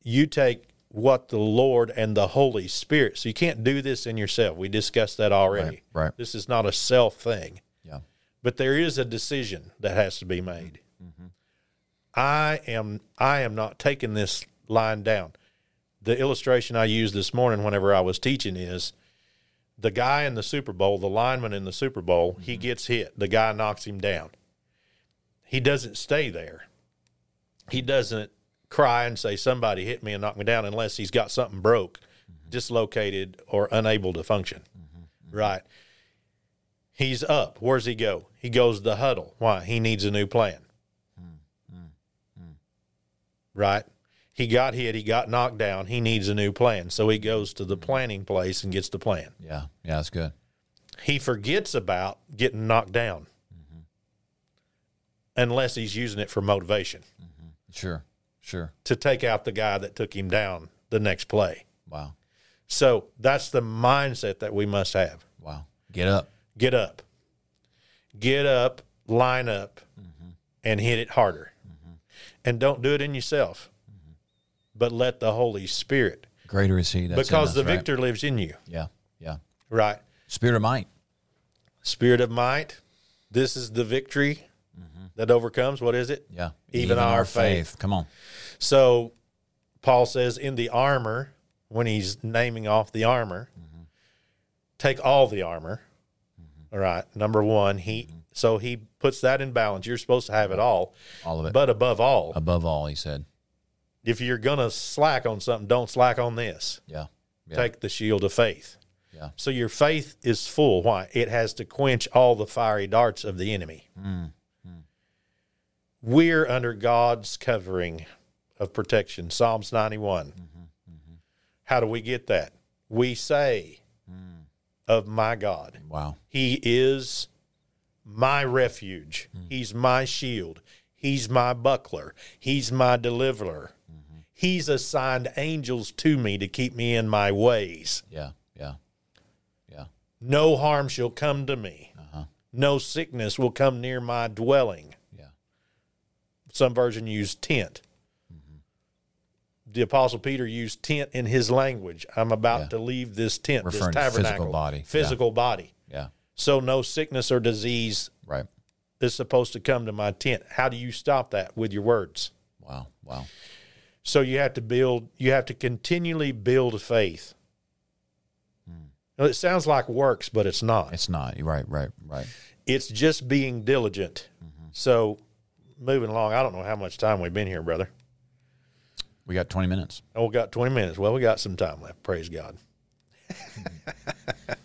[SPEAKER 3] you take what the Lord and the Holy Spirit. So you can't do this in yourself. We discussed that already.
[SPEAKER 2] Right, right.
[SPEAKER 3] This is not a self thing,
[SPEAKER 2] Yeah.
[SPEAKER 3] but there is a decision that has to be made. I am I am not taking this line down. The illustration I used this morning whenever I was teaching is the guy in the Super Bowl, the lineman in the Super Bowl, he gets hit. The guy knocks him down. He doesn't stay there he doesn't cry and say somebody hit me and knocked me down unless he's got something broke dislocated or unable to function right he's up where's he go he goes to the huddle why he needs a new plan right he got hit he got knocked down he needs a new plan so he goes to the planning place and gets the plan
[SPEAKER 2] Yeah. Yeah. That's good.
[SPEAKER 3] he forgets about getting knocked down unless he's using it for motivation
[SPEAKER 2] Sure. Sure.
[SPEAKER 3] to take out the guy that took him down the next play.
[SPEAKER 2] Wow.
[SPEAKER 3] So that's the mindset that we must have.
[SPEAKER 2] Wow. Get up.
[SPEAKER 3] Get up, get up, line up,
[SPEAKER 2] Mm-hmm.
[SPEAKER 3] and hit it harder. And don't do it in yourself,
[SPEAKER 2] Mm-hmm.
[SPEAKER 3] but let the Holy Spirit,
[SPEAKER 2] Greater is he. That's in
[SPEAKER 3] because
[SPEAKER 2] us,
[SPEAKER 3] the
[SPEAKER 2] right?
[SPEAKER 3] victor lives in you,
[SPEAKER 2] Yeah. Yeah.
[SPEAKER 3] right?
[SPEAKER 2] Spirit of might.
[SPEAKER 3] Spirit of might, this is the victory
[SPEAKER 2] Mm-hmm.
[SPEAKER 3] that overcomes. What is it?
[SPEAKER 2] Yeah.
[SPEAKER 3] Even our faith.
[SPEAKER 2] Come on.
[SPEAKER 3] So
[SPEAKER 2] Mm-hmm.
[SPEAKER 3] Paul says in the armor, when he's naming off the armor, take all the armor. All right. Number one, he
[SPEAKER 2] Mm-hmm.
[SPEAKER 3] so he puts that in balance. You're supposed to have it all,
[SPEAKER 2] All of it.
[SPEAKER 3] but above all,
[SPEAKER 2] Above all, he said.
[SPEAKER 3] if you're gonna slack on something, don't slack on this.
[SPEAKER 2] Yeah. Yeah.
[SPEAKER 3] Take the shield of faith.
[SPEAKER 2] Yeah.
[SPEAKER 3] So your faith is full. Why? It has to quench all the fiery darts of the enemy.
[SPEAKER 2] Mm.
[SPEAKER 3] We're under God's covering of protection. Psalms 91.
[SPEAKER 2] Mm-hmm.
[SPEAKER 3] How do we get that? We say
[SPEAKER 2] Mm.
[SPEAKER 3] of my God.
[SPEAKER 2] Wow.
[SPEAKER 3] He is my refuge. He's my shield. He's my buckler. He's my deliverer. He's assigned angels to me to keep me in my ways.
[SPEAKER 2] Yeah. Yeah. Yeah. Uh-huh.
[SPEAKER 3] No harm shall come to me. No sickness will come near my dwelling.
[SPEAKER 2] Yeah.
[SPEAKER 3] Some version use tent. The Apostle Peter used tent in his language. I'm about to leave this tent,
[SPEAKER 2] Referring to
[SPEAKER 3] this
[SPEAKER 2] physical
[SPEAKER 3] tabernacle,
[SPEAKER 2] body. Yeah.
[SPEAKER 3] physical body.
[SPEAKER 2] Yeah.
[SPEAKER 3] So no sickness or disease
[SPEAKER 2] Right.
[SPEAKER 3] is supposed to come to my tent. How do you stop that with your words?
[SPEAKER 2] Wow. Wow.
[SPEAKER 3] So you have to build, you have to continually build faith. Now, It sounds like works, but it's not.
[SPEAKER 2] It's not. You're Right. Right. Right.
[SPEAKER 3] It's just being diligent. So moving along, I don't know how much time we've been here, brother.
[SPEAKER 2] We got 20 minutes.
[SPEAKER 3] Oh, we got 20 minutes. Well, we got some time left. Praise God.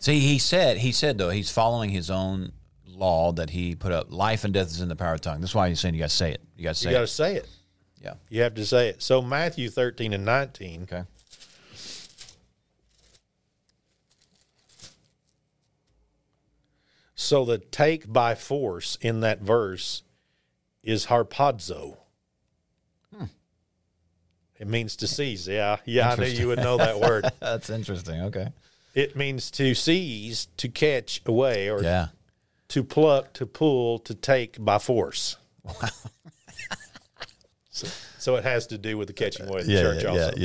[SPEAKER 2] See, he said, he said though, he's following his own law that he put up. Life and death is in the power of tongue. That's why he's saying you got to say it. You got to say
[SPEAKER 3] You got to
[SPEAKER 2] it.
[SPEAKER 3] say it.
[SPEAKER 2] Yeah.
[SPEAKER 3] You have to say it. So Matthew 13 and 19.
[SPEAKER 2] Okay.
[SPEAKER 3] So the take by force in that verse is harpazo.
[SPEAKER 2] Hmm.
[SPEAKER 3] It means to seize. Yeah. Yeah. I knew you would know that word.
[SPEAKER 2] That's interesting. Okay.
[SPEAKER 3] it means to seize, to catch away, or
[SPEAKER 2] Yeah.
[SPEAKER 3] to pluck, to pull, to take by force. so, so it has to do with the catching away of the church also. right?
[SPEAKER 2] it.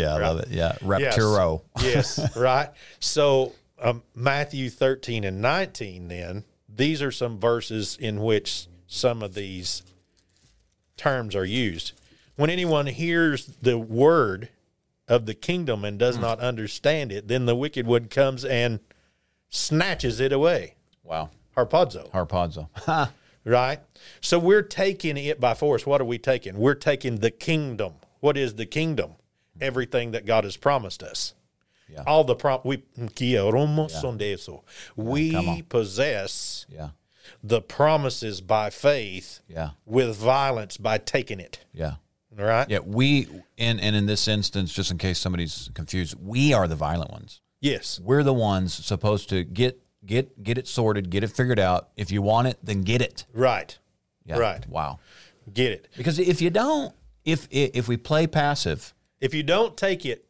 [SPEAKER 2] Yeah.
[SPEAKER 3] Yes. yes, right. So um, Matthew 13 and 19, then, these are some verses in which some of these terms are used. When anyone hears the word of the kingdom and does not understand it, then the wicked one comes and snatches it away.
[SPEAKER 2] Wow.
[SPEAKER 3] Harpazo,
[SPEAKER 2] Harpazo. [laughs]
[SPEAKER 3] right? So we're taking it by force. What are we taking? We're taking the kingdom. What is the kingdom? Everything that God has promised us
[SPEAKER 2] Mm-hmm. Yeah.
[SPEAKER 3] all the prom we queremos son de eso. We possess
[SPEAKER 2] Yeah.
[SPEAKER 3] the promises by faith
[SPEAKER 2] Yeah.
[SPEAKER 3] with violence by taking it.
[SPEAKER 2] Yeah.
[SPEAKER 3] All right?
[SPEAKER 2] Yeah. We, and, and in this instance, just in case somebody's confused, we are the violent ones.
[SPEAKER 3] Yes.
[SPEAKER 2] We're the ones supposed to get, get, get it sorted, get it figured out. If you want it, then get it.
[SPEAKER 3] Right.
[SPEAKER 2] Yeah.
[SPEAKER 3] Right.
[SPEAKER 2] Wow.
[SPEAKER 3] Get it.
[SPEAKER 2] Because if you don't, if, if we play passive,
[SPEAKER 3] If you don't take it,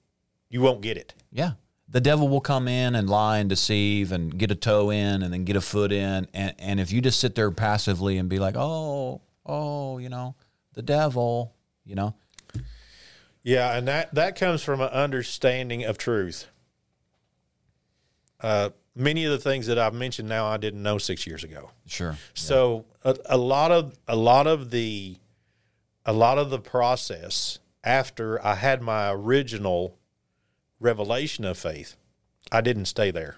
[SPEAKER 3] you won't get it.
[SPEAKER 2] Yeah. The devil will come in and lie and deceive and get a toe in and then get a foot in. And, and if you just sit there passively and be like, oh, oh, you know, the devil, you know,
[SPEAKER 3] Yeah, and that that comes from an understanding of truth. Uh, many of the things that I've mentioned now, I didn't know six years ago.
[SPEAKER 2] sure.
[SPEAKER 3] So a, a lot of a lot of the a lot of the process after I had my original revelation of faith, I didn't stay there.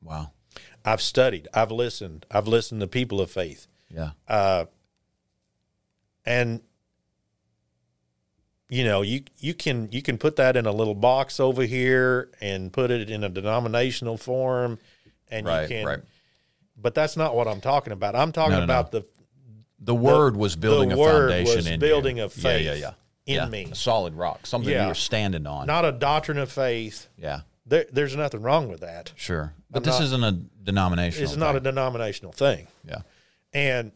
[SPEAKER 2] Wow.
[SPEAKER 3] I've studied, I've listened, I've listened to people of faith.
[SPEAKER 2] Yeah.
[SPEAKER 3] Uh, And you know, you you can you can put that in a little box over here and put it in a denominational form and you
[SPEAKER 2] right.
[SPEAKER 3] can
[SPEAKER 2] Right.
[SPEAKER 3] but that's not what I'm talking about. I'm talking
[SPEAKER 2] No, no, no.
[SPEAKER 3] about the
[SPEAKER 2] The word was building
[SPEAKER 3] the
[SPEAKER 2] a
[SPEAKER 3] word
[SPEAKER 2] foundation
[SPEAKER 3] was
[SPEAKER 2] in you.
[SPEAKER 3] building a faith
[SPEAKER 2] Yeah. Yeah. Yeah.
[SPEAKER 3] in
[SPEAKER 2] Yeah.
[SPEAKER 3] me.
[SPEAKER 2] A solid rock, something
[SPEAKER 3] Yeah.
[SPEAKER 2] you were standing on.
[SPEAKER 3] not a doctrine of faith.
[SPEAKER 2] yeah.
[SPEAKER 3] There, there's nothing wrong with that.
[SPEAKER 2] Sure. But this
[SPEAKER 3] not-
[SPEAKER 2] isn't a denomination.
[SPEAKER 3] It's not a denominational thing,
[SPEAKER 2] yeah.
[SPEAKER 3] and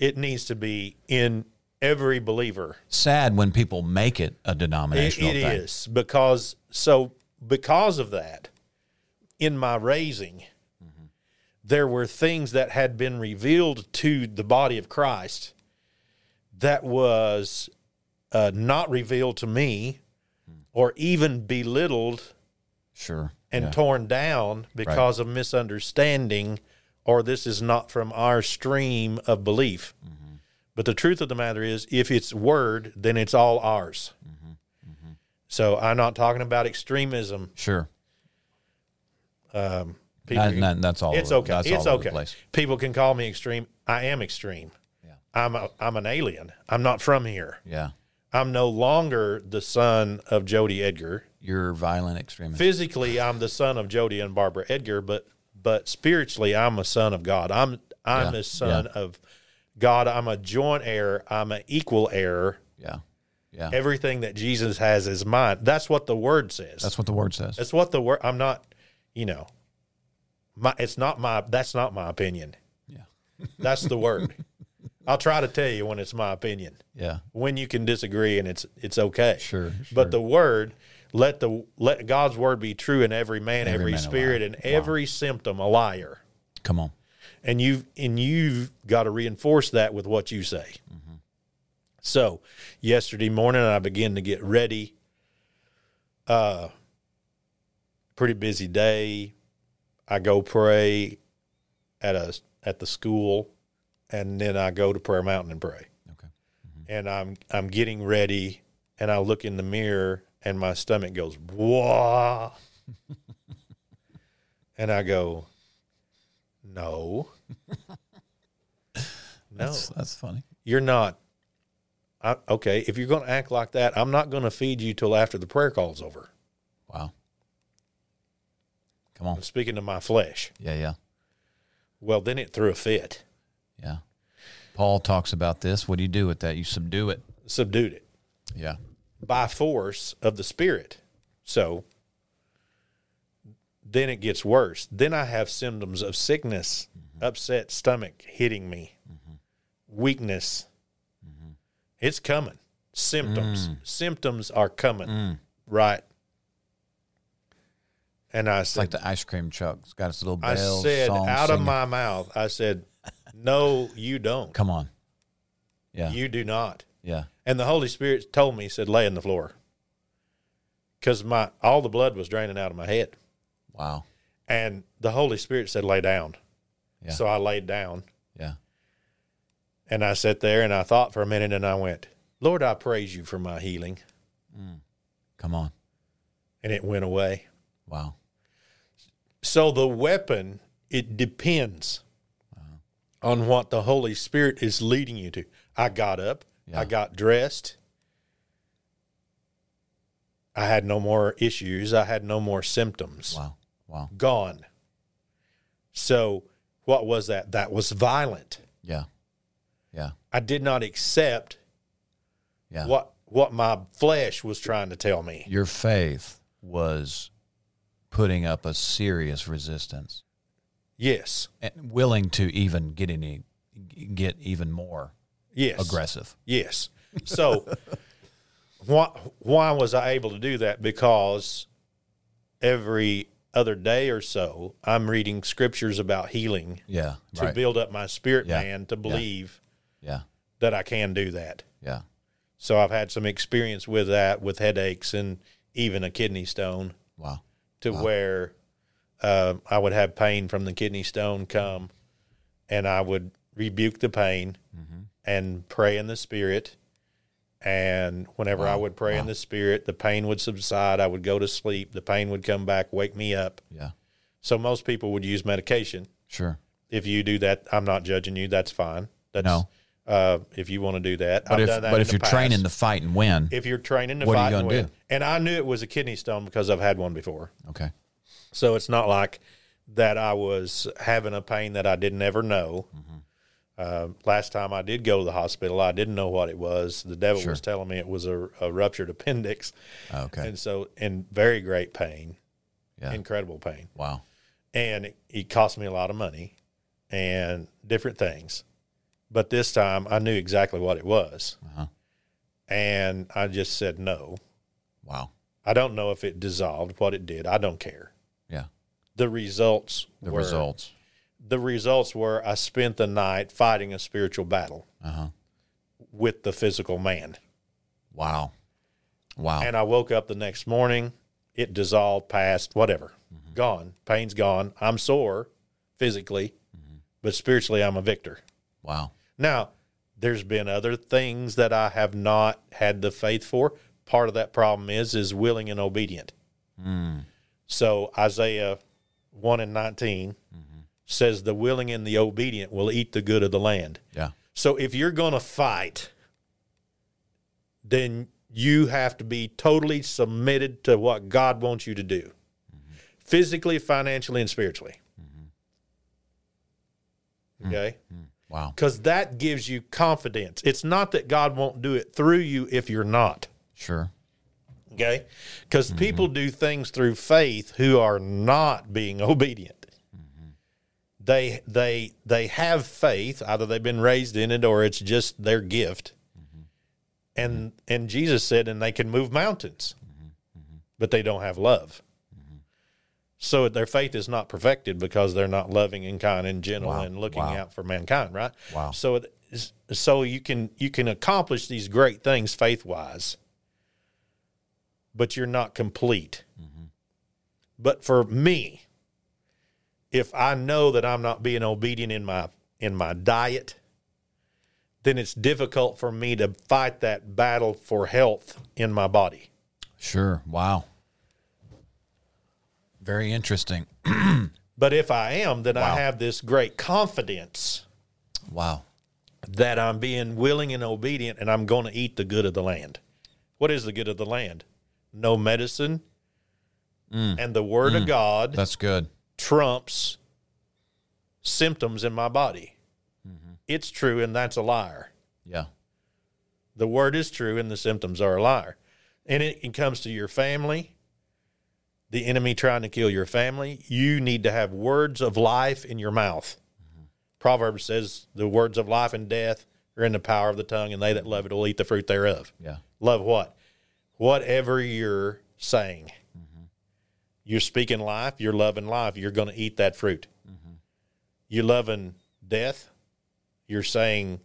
[SPEAKER 3] it needs to be in every believer.
[SPEAKER 2] Sad when people make it a
[SPEAKER 3] It,
[SPEAKER 2] denominational
[SPEAKER 3] it
[SPEAKER 2] thing.
[SPEAKER 3] is because so because of that, in my raising, there were things that had been revealed to the body of Christ that was uh, not revealed to me, or even belittled
[SPEAKER 2] Sure.
[SPEAKER 3] and torn down because of misunderstanding or this is not from our stream of belief.
[SPEAKER 2] Mm-hmm.
[SPEAKER 3] But the truth of the matter is, if it's word, then it's all ours.
[SPEAKER 2] Mm-hmm.
[SPEAKER 3] So I'm not talking about extremism.
[SPEAKER 2] Sure.
[SPEAKER 3] People
[SPEAKER 2] That-
[SPEAKER 3] can-
[SPEAKER 2] that- that's all
[SPEAKER 3] It's
[SPEAKER 2] over-
[SPEAKER 3] okay.
[SPEAKER 2] that's
[SPEAKER 3] it's
[SPEAKER 2] all over the
[SPEAKER 3] okay.
[SPEAKER 2] place.
[SPEAKER 3] People can call me extreme. I am extreme. I'm a, I'm an alien. I'm not from here.
[SPEAKER 2] Yeah.
[SPEAKER 3] I'm no longer the son of Jody Edgar.
[SPEAKER 2] You're violent extremist.
[SPEAKER 3] Physically, I'm the son of Jody and Barbara Edgar, but but spiritually, I'm a son of God. I'm I'm
[SPEAKER 2] Yeah,
[SPEAKER 3] a son of God. I'm a joint heir. I'm an equal heir.
[SPEAKER 2] Yeah. Yeah.
[SPEAKER 3] Everything that Jesus has is mine. That's what the Word says.
[SPEAKER 2] That's what the word says.
[SPEAKER 3] That's what the word. I'm not, you know, my. It's not my. That's not my opinion.
[SPEAKER 2] Yeah.
[SPEAKER 3] That's
[SPEAKER 2] [laughs]
[SPEAKER 3] the word. I'll try to tell you when it's my opinion.
[SPEAKER 2] Yeah.
[SPEAKER 3] When you can disagree and it's it's okay.
[SPEAKER 2] Sure,
[SPEAKER 3] But the word. Let the let God's word be true in every man, every,
[SPEAKER 2] man a
[SPEAKER 3] spirit, and every symptom a liar.
[SPEAKER 2] Come on.
[SPEAKER 3] And you've and you've got to reinforce that with what you say. So, yesterday morning, I began to get ready. Uh, pretty busy day. I go pray at a at the school, and then I go to Prayer Mountain and pray.
[SPEAKER 2] Okay. Mm-hmm.
[SPEAKER 3] And I'm I'm getting ready, and I look in the mirror, and my stomach goes
[SPEAKER 2] [laughs]
[SPEAKER 3] wah, and I go,
[SPEAKER 2] [laughs]
[SPEAKER 3] no, no,
[SPEAKER 2] That's, that's funny.
[SPEAKER 3] you're not I, okay if you're going to act like that i'm not going to feed you till after the prayer call's over
[SPEAKER 2] Wow. Come on.
[SPEAKER 3] i'm speaking to my flesh
[SPEAKER 2] Yeah. Yeah.
[SPEAKER 3] well then it threw a fit
[SPEAKER 2] Yeah. Paul talks about this. What do you do with that? You subdue it.
[SPEAKER 3] subdued it
[SPEAKER 2] Yeah.
[SPEAKER 3] by force of the spirit so then it gets worse then i have symptoms of sickness upset stomach hitting me weakness it's coming symptoms symptoms are coming right and i
[SPEAKER 2] It's
[SPEAKER 3] said
[SPEAKER 2] like the ice cream truck. It's got its little
[SPEAKER 3] I
[SPEAKER 2] bell.
[SPEAKER 3] said
[SPEAKER 2] song
[SPEAKER 3] out of
[SPEAKER 2] singing.
[SPEAKER 3] my mouth, I said, No, you don't.
[SPEAKER 2] Come on. Yeah.
[SPEAKER 3] You do not.
[SPEAKER 2] yeah.
[SPEAKER 3] And the Holy Spirit told me, he said, lay on the floor. Because my all the blood was draining out of my head.
[SPEAKER 2] Wow.
[SPEAKER 3] And the Holy Spirit said, lay down.
[SPEAKER 2] Yeah.
[SPEAKER 3] So I laid down
[SPEAKER 2] Yeah.
[SPEAKER 3] and I sat there and I thought for a minute and I went, Lord, I praise you for my healing.
[SPEAKER 2] Come on.
[SPEAKER 3] And it went away.
[SPEAKER 2] Wow.
[SPEAKER 3] So the weapon, it depends
[SPEAKER 2] Uh-huh.
[SPEAKER 3] on what the Holy Spirit is leading you to. I got up,
[SPEAKER 2] Yeah.
[SPEAKER 3] I got dressed. I had no more issues. I had no more symptoms.
[SPEAKER 2] Wow. Wow.
[SPEAKER 3] Gone. So, what was that? That was violent.
[SPEAKER 2] Yeah. Yeah.
[SPEAKER 3] I did not accept
[SPEAKER 2] Yeah.
[SPEAKER 3] what what my flesh was trying to tell me.
[SPEAKER 2] Your faith was putting up a serious resistance
[SPEAKER 3] Yes.
[SPEAKER 2] and willing to even get any get even more
[SPEAKER 3] Yes.
[SPEAKER 2] aggressive.
[SPEAKER 3] Yes. So [laughs] why why was I able to do that? Because every other day or so, I'm reading scriptures about healing
[SPEAKER 2] Yeah.
[SPEAKER 3] to
[SPEAKER 2] Right.
[SPEAKER 3] build up my spirit
[SPEAKER 2] Yeah.
[SPEAKER 3] man to believe
[SPEAKER 2] yeah.
[SPEAKER 3] that I can do that.
[SPEAKER 2] Yeah.
[SPEAKER 3] So I've had some experience with that, with headaches and even a kidney stone,
[SPEAKER 2] Wow.
[SPEAKER 3] to where uh, I would have pain from the kidney stone come, and I would rebuke the pain
[SPEAKER 2] Mm-hmm.
[SPEAKER 3] and pray in the spirit. And whenever I would pray in the spirit, the pain would subside. I would go to sleep. The pain would come back, wake me up.
[SPEAKER 2] Yeah.
[SPEAKER 3] So most people would use medication.
[SPEAKER 2] Sure.
[SPEAKER 3] If you do that, I'm not judging you. That's fine. That's,
[SPEAKER 2] No.
[SPEAKER 3] Uh, if you want to do that,
[SPEAKER 2] But
[SPEAKER 3] I've
[SPEAKER 2] if
[SPEAKER 3] done that.
[SPEAKER 2] but
[SPEAKER 3] in
[SPEAKER 2] if
[SPEAKER 3] the
[SPEAKER 2] you're
[SPEAKER 3] past.
[SPEAKER 2] training to fight and win,
[SPEAKER 3] if you're training to
[SPEAKER 2] What are you
[SPEAKER 3] fight and
[SPEAKER 2] gonna
[SPEAKER 3] win,
[SPEAKER 2] do?
[SPEAKER 3] and I knew it was a kidney stone because I've had one before.
[SPEAKER 2] okay.
[SPEAKER 3] So it's not like that I was having a pain that I didn't ever know.
[SPEAKER 2] Mm-hmm.
[SPEAKER 3] Uh, last time I did go to the hospital, I didn't know what it was. The devil was telling me it was a, a ruptured appendix.
[SPEAKER 2] Okay.
[SPEAKER 3] And so, in very great pain,
[SPEAKER 2] Yeah.
[SPEAKER 3] incredible pain.
[SPEAKER 2] Wow.
[SPEAKER 3] And it, it cost me a lot of money and different things. But this time I knew exactly what it was.
[SPEAKER 2] Uh-huh.
[SPEAKER 3] And I just said no.
[SPEAKER 2] Wow.
[SPEAKER 3] I don't know if it dissolved, what it did. I don't care.
[SPEAKER 2] Yeah.
[SPEAKER 3] The results
[SPEAKER 2] The
[SPEAKER 3] were
[SPEAKER 2] results.
[SPEAKER 3] the results were I spent the night fighting a spiritual battle
[SPEAKER 2] Uh-huh.
[SPEAKER 3] with the physical man.
[SPEAKER 2] Wow. Wow.
[SPEAKER 3] And I woke up the next morning, it dissolved, passed, whatever. Gone. Pain's gone. I'm sore physically, but spiritually I'm a victor.
[SPEAKER 2] wow.
[SPEAKER 3] Now, there's been other things that I have not had the faith for.
[SPEAKER 2] Hmm.
[SPEAKER 3] Part of that problem is is willing and obedient. So Isaiah 1 and 19 says, The willing and the obedient will eat the good of the land.
[SPEAKER 2] Yeah.
[SPEAKER 3] So if you're going to fight, then you have to be totally submitted to what God wants you to do physically, financially, and spiritually. Okay?
[SPEAKER 2] Wow.
[SPEAKER 3] Because that gives you confidence. It's not that God won't do it through you if you're not.
[SPEAKER 2] Sure.
[SPEAKER 3] Okay? Because
[SPEAKER 2] Mm-hmm.
[SPEAKER 3] people do things through faith who are not being [laughs] obedient.
[SPEAKER 2] Mm-hmm.
[SPEAKER 3] They they they have faith, either they've been raised in it or it's just their gift.
[SPEAKER 2] Mm-hmm.
[SPEAKER 3] And and Jesus said, and they can move mountains,
[SPEAKER 2] Mm-hmm.
[SPEAKER 3] but they don't have love. So their faith is not perfected because they're not loving and kind and gentle and looking
[SPEAKER 2] Wow.
[SPEAKER 3] out for mankind, right?
[SPEAKER 2] Wow.
[SPEAKER 3] So it is, so you can you can accomplish these great things faith wise, but you're not complete. But for me, if I know that I'm not being obedient in my in my diet, then it's difficult for me to fight that battle for health in my body.
[SPEAKER 2] Sure. Wow. Very interesting.
[SPEAKER 3] But if I am, then I have this great confidence
[SPEAKER 2] Wow.
[SPEAKER 3] that I'm being willing and obedient and I'm going to eat the good of the land. What is the good of the land? No medicine and the word of God
[SPEAKER 2] That's good.
[SPEAKER 3] trumps symptoms in my body. It's true and that's a liar.
[SPEAKER 2] Yeah.
[SPEAKER 3] The word is true and the symptoms are a liar. And it, it comes to your family, the enemy trying to kill your family. You need to have words of life in your mouth. Proverbs says the words of life and death are in the power of the tongue, and they that love it will eat the fruit thereof.
[SPEAKER 2] Yeah.
[SPEAKER 3] Love what? Whatever you're saying.
[SPEAKER 2] Mm-hmm.
[SPEAKER 3] You're speaking life, you're loving life, you're going to eat that fruit.
[SPEAKER 2] Mm-hmm.
[SPEAKER 3] You're loving death, you're saying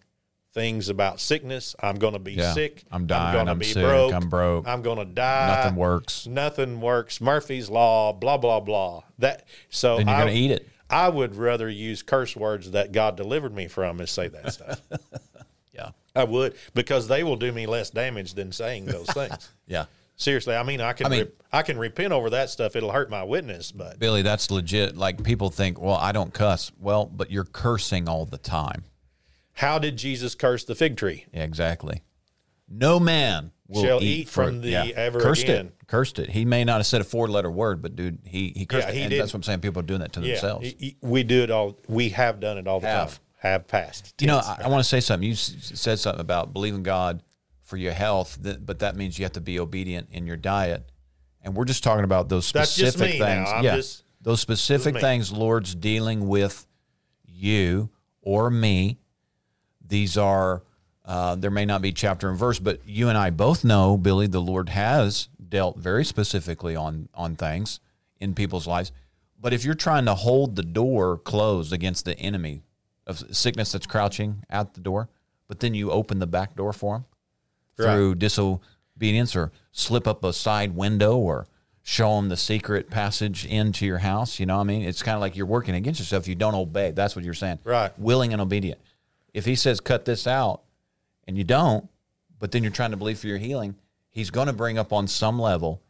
[SPEAKER 3] things about sickness. I'm going to be
[SPEAKER 2] Yeah.
[SPEAKER 3] sick.
[SPEAKER 2] I'm dying.
[SPEAKER 3] gonna Ah.
[SPEAKER 2] I'm sick. I'm broke.
[SPEAKER 3] I'm going to die.
[SPEAKER 2] Nothing works.
[SPEAKER 3] Nothing works. Murphy's law, blah, blah, blah. That So
[SPEAKER 2] Then you're
[SPEAKER 3] I,
[SPEAKER 2] going to eat it.
[SPEAKER 3] I would rather use curse words that God delivered me from and say that stuff.
[SPEAKER 2] Yeah.
[SPEAKER 3] I would because they will do me less damage than
[SPEAKER 2] [laughs]
[SPEAKER 3] saying those things.
[SPEAKER 2] Yeah.
[SPEAKER 3] Seriously, I mean, I can
[SPEAKER 2] I mean-
[SPEAKER 3] re- I can repent over that stuff. It'll hurt my witness, but
[SPEAKER 2] Billy, that's legit. Like people think, well, I don't cuss. Well, but you're cursing all the time.
[SPEAKER 3] how did Jesus curse the fig tree?
[SPEAKER 2] Yeah, exactly. No man will eat,
[SPEAKER 3] Shall eat
[SPEAKER 2] fruit.
[SPEAKER 3] from thee ever
[SPEAKER 2] cursed
[SPEAKER 3] again.
[SPEAKER 2] it. Cursed it. He may not have said a four letter word, but dude, he he cursed
[SPEAKER 3] Yeah, he
[SPEAKER 2] it. And
[SPEAKER 3] did.
[SPEAKER 2] that's what I'm saying. People are doing that to themselves.
[SPEAKER 3] y- y- we do it all. We have done it all the
[SPEAKER 2] Have.
[SPEAKER 3] time. Have passed.
[SPEAKER 2] you know, I, I want to say something. You s- said something about believing God for your health, th- but that means you have to be obedient in your diet. And we're just talking about those
[SPEAKER 3] That's just
[SPEAKER 2] specific
[SPEAKER 3] me now.
[SPEAKER 2] things.
[SPEAKER 3] I'm
[SPEAKER 2] yeah,
[SPEAKER 3] just-
[SPEAKER 2] those specific
[SPEAKER 3] me.
[SPEAKER 2] things Lord's dealing with you or me. These are uh, there may not be chapter and verse, but you and I both know, Billy, the Lord has dealt very specifically on on things in people's lives. But if you're trying to hold the door closed against the enemy of sickness that's crouching out the door, but then you open the back door for him
[SPEAKER 3] Right.
[SPEAKER 2] through disobedience or slip up a side window or show them the secret passage into your house. You know what I mean? It's kind of like you're working against yourself. You don't obey. That's what you're saying.
[SPEAKER 3] Right.
[SPEAKER 2] Willing and obedient. If he says, cut this out, and you don't, but then you're trying to believe for your healing, he's going to bring up on some level,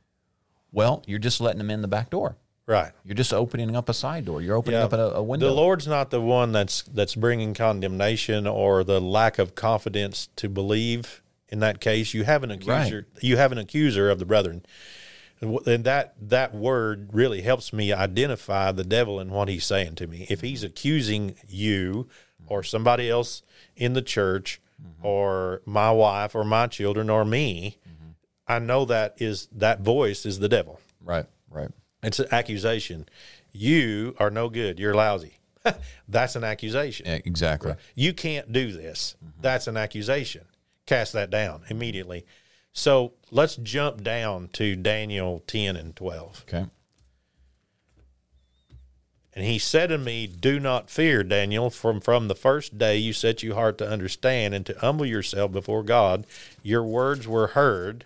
[SPEAKER 2] well, you're just letting him in the back door.
[SPEAKER 3] Right.
[SPEAKER 2] You're just opening up a side door. You're opening
[SPEAKER 3] Yeah.
[SPEAKER 2] up a, a window.
[SPEAKER 3] The Lord's not the one that's that's bringing condemnation or the lack of confidence to believe. In that case, you have an accuser. You have an accuser of the brethren, and wh- and that that word really helps me identify the devil and what he's saying to me. If he's accusing you or somebody else in the church,
[SPEAKER 2] Mm-hmm.
[SPEAKER 3] or my wife or my children or me,
[SPEAKER 2] Mm-hmm.
[SPEAKER 3] I know that is that voice is the devil.
[SPEAKER 2] Right, right.
[SPEAKER 3] It's an accusation. You are no good. You're lousy. [laughs] That's an accusation.
[SPEAKER 2] Yeah, E, exactly.
[SPEAKER 3] You can't do this. That's an accusation. Cast that down immediately. So let's jump down to Daniel 10 and 12.
[SPEAKER 2] Okay.
[SPEAKER 3] And he said to me, Do not fear, Daniel, from, from the first day you set your heart to understand and to humble yourself before God. Your words were heard,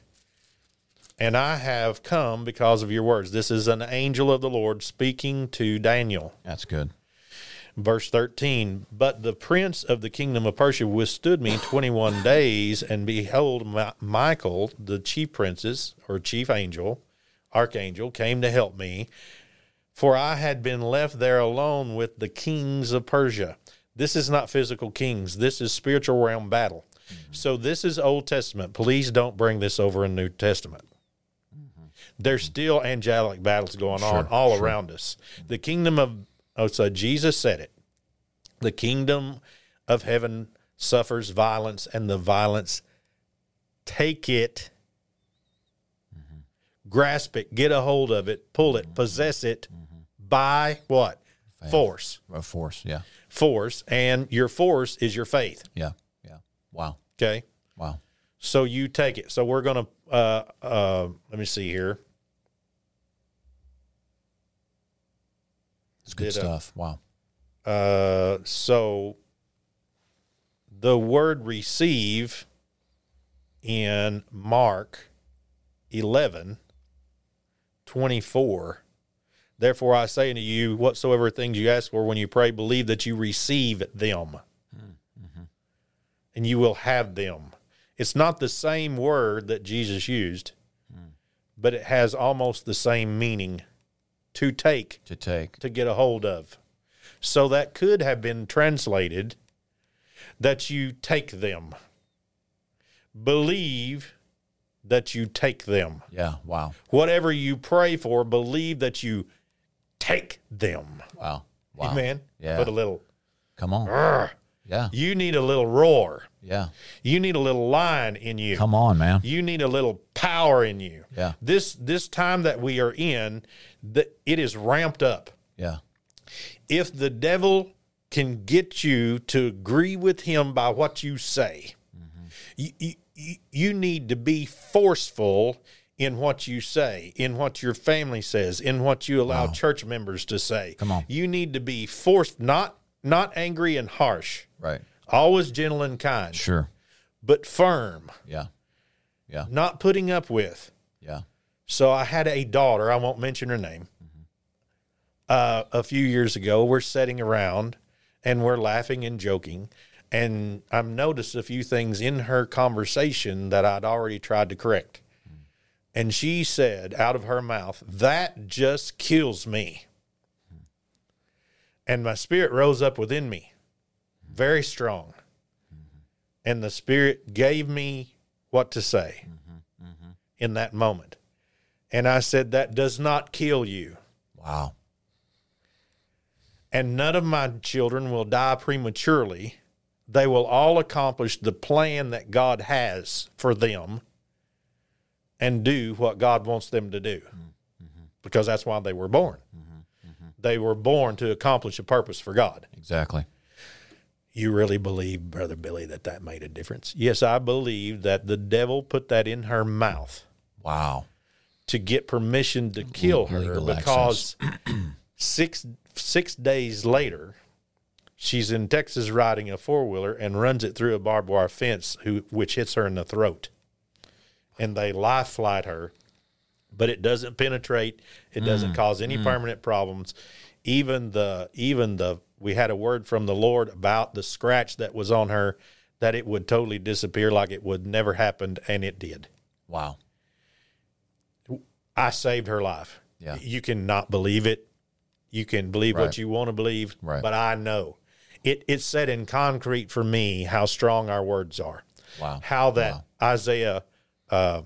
[SPEAKER 3] and I have come because of your words. This is an angel of the Lord speaking to Daniel.
[SPEAKER 2] That's good.
[SPEAKER 3] Verse 13, but the prince of the kingdom of Persia withstood me 21 days, and behold, Ma- Michael, the chief princes or chief angel, archangel, came to help me. For I had been left there alone with the kings of Persia. This is not physical kings, this is spiritual realm battle. So this is Old Testament. Please don't bring this over in New Testament. There's still angelic battles going on all around us. The kingdom of oh, so Jesus said it. The kingdom of heaven suffers violence, and the violence take it, grasp it, get a hold of it, pull it, possess it by what? Force.
[SPEAKER 2] A force. Yeah.
[SPEAKER 3] Force. And your force is your faith.
[SPEAKER 2] Yeah. Yeah. Wow.
[SPEAKER 3] Okay.
[SPEAKER 2] Wow.
[SPEAKER 3] So you take it. So we're going to, uh, uh, let me see here.
[SPEAKER 2] It's good
[SPEAKER 3] Ditto.
[SPEAKER 2] stuff. Wow.
[SPEAKER 3] Uh, so the word receive in Mark 11 24. Therefore, I say unto you, whatsoever things you ask for when you pray, believe that you receive them and you will have them. It's not the same word that Jesus used, but it has almost the same meaning to take
[SPEAKER 2] To take.
[SPEAKER 3] to get a hold of. So that could have been translated that you take them. Believe that you take them.
[SPEAKER 2] Yeah. Wow.
[SPEAKER 3] Whatever you pray for, believe that you take them.
[SPEAKER 2] Wow. Wow.
[SPEAKER 3] Amen.
[SPEAKER 2] Yeah.
[SPEAKER 3] Put a little.
[SPEAKER 2] Come on. Yeah.
[SPEAKER 3] You need a little roar.
[SPEAKER 2] Yeah.
[SPEAKER 3] You need a little lion in you.
[SPEAKER 2] Come on, man.
[SPEAKER 3] You need a little power in you.
[SPEAKER 2] Yeah.
[SPEAKER 3] This this time that we are in, the, it is ramped up.
[SPEAKER 2] Yeah.
[SPEAKER 3] if the devil can get you to agree with him by what you say, you- you, you, you need to be forceful in what you say, in what your family says, in what you allow church members to say. Come
[SPEAKER 2] on.
[SPEAKER 3] You need to be forced, not not angry and harsh,
[SPEAKER 2] Right.
[SPEAKER 3] always gentle and kind,
[SPEAKER 2] Sure.
[SPEAKER 3] but firm,
[SPEAKER 2] Yeah.
[SPEAKER 3] not putting up with.
[SPEAKER 2] Yeah.
[SPEAKER 3] So I had a daughter, I won't mention her name, uh, a few years ago. We're sitting around and we're laughing and joking. And I've noticed a few things in her conversation that I'd already tried to correct. And she said out of her mouth, That just kills me. And my spirit rose up within me very strong. And the spirit gave me what to say in that moment. And I said, That does not kill you.
[SPEAKER 2] Wow.
[SPEAKER 3] And none of my children will die prematurely. They will all accomplish the plan that God has for them and do what God wants them to do because that's why they were born. They were born to accomplish a purpose for God.
[SPEAKER 2] Exactly.
[SPEAKER 3] You really believe, Brother Billy, that that made a difference? Yes, I believe that the devil put that in her mouth.
[SPEAKER 2] Wow.
[SPEAKER 3] to get permission to kill her
[SPEAKER 2] legal
[SPEAKER 3] because six six days later she's in Texas riding a four wheeler and runs it through a barbed wire fence who, which hits her in the throat and they life flight her but it doesn't penetrate it doesn't cause any permanent problems even the even the we had a word from the lord about the scratch that was on her that it would totally disappear like it would never happened and it did
[SPEAKER 2] Wow.
[SPEAKER 3] I saved her life.
[SPEAKER 2] Yeah.
[SPEAKER 3] You can not believe it. You can believe what you want to believe,
[SPEAKER 2] Right.
[SPEAKER 3] but I know. It it's set in concrete for me how strong our words are.
[SPEAKER 2] Wow.
[SPEAKER 3] How that Isaiah uh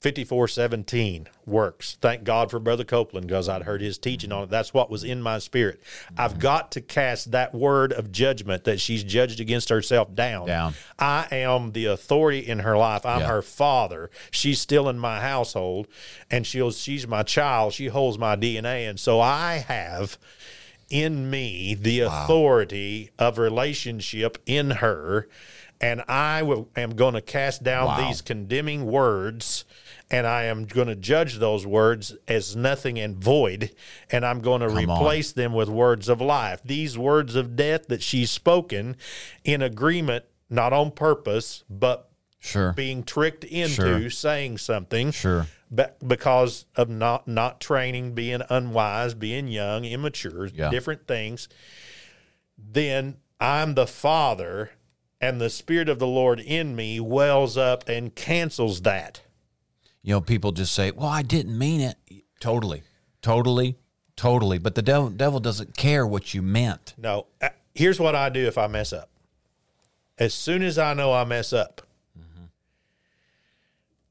[SPEAKER 3] 5417 works. Thank God for Brother Copeland because I'd heard his teaching on it. That's what was in my spirit.
[SPEAKER 2] Mm-hmm.
[SPEAKER 3] I've got to cast that word of judgment that she's judged against herself down.
[SPEAKER 2] Down.
[SPEAKER 3] I am the authority in her life. I'm
[SPEAKER 2] Yeah.
[SPEAKER 3] her father. She's still in my household and she'll she's my child. She holds my DNA. And so I have in me the authority of relationship in her. And I will, am going to cast down
[SPEAKER 2] Wow.
[SPEAKER 3] these condemning words and I am going to judge those words as nothing and void. And I'm going to
[SPEAKER 2] on.
[SPEAKER 3] replace them with words of life. These words of death that she's spoken in agreement, not on purpose, but
[SPEAKER 2] Sure.
[SPEAKER 3] being tricked into
[SPEAKER 2] Sure.
[SPEAKER 3] saying something
[SPEAKER 2] Sure.
[SPEAKER 3] be- because of not not training, being unwise, being young, immature,
[SPEAKER 2] Yeah.
[SPEAKER 3] different things, then I'm the father and the spirit of the Lord in me wells up and cancels that.
[SPEAKER 2] You know, people just say, "Well, I didn't mean it." Totally. Totally, totally. But the devil, devil doesn't care what you meant.
[SPEAKER 3] No, uh, here's what I do if I mess up. As soon as I know I mess up,
[SPEAKER 2] Mm-hmm.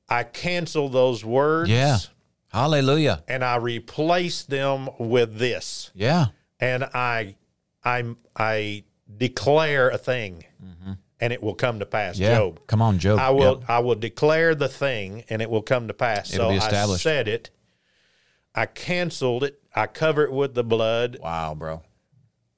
[SPEAKER 3] I cancel those words
[SPEAKER 2] Yeah. Hallelujah.
[SPEAKER 3] and I replace them with this.
[SPEAKER 2] Yeah.
[SPEAKER 3] and I I I declare a thing, and it will come to pass.
[SPEAKER 2] Mm-hmm. Yeah.
[SPEAKER 3] Job,
[SPEAKER 2] Come on, Job.
[SPEAKER 3] I will
[SPEAKER 2] Yep.
[SPEAKER 3] I will declare the thing, and it will come to pass.
[SPEAKER 2] It'll
[SPEAKER 3] so
[SPEAKER 2] be
[SPEAKER 3] I
[SPEAKER 2] established.
[SPEAKER 3] said it. I canceled it. I covered it with the blood.
[SPEAKER 2] Wow, bro.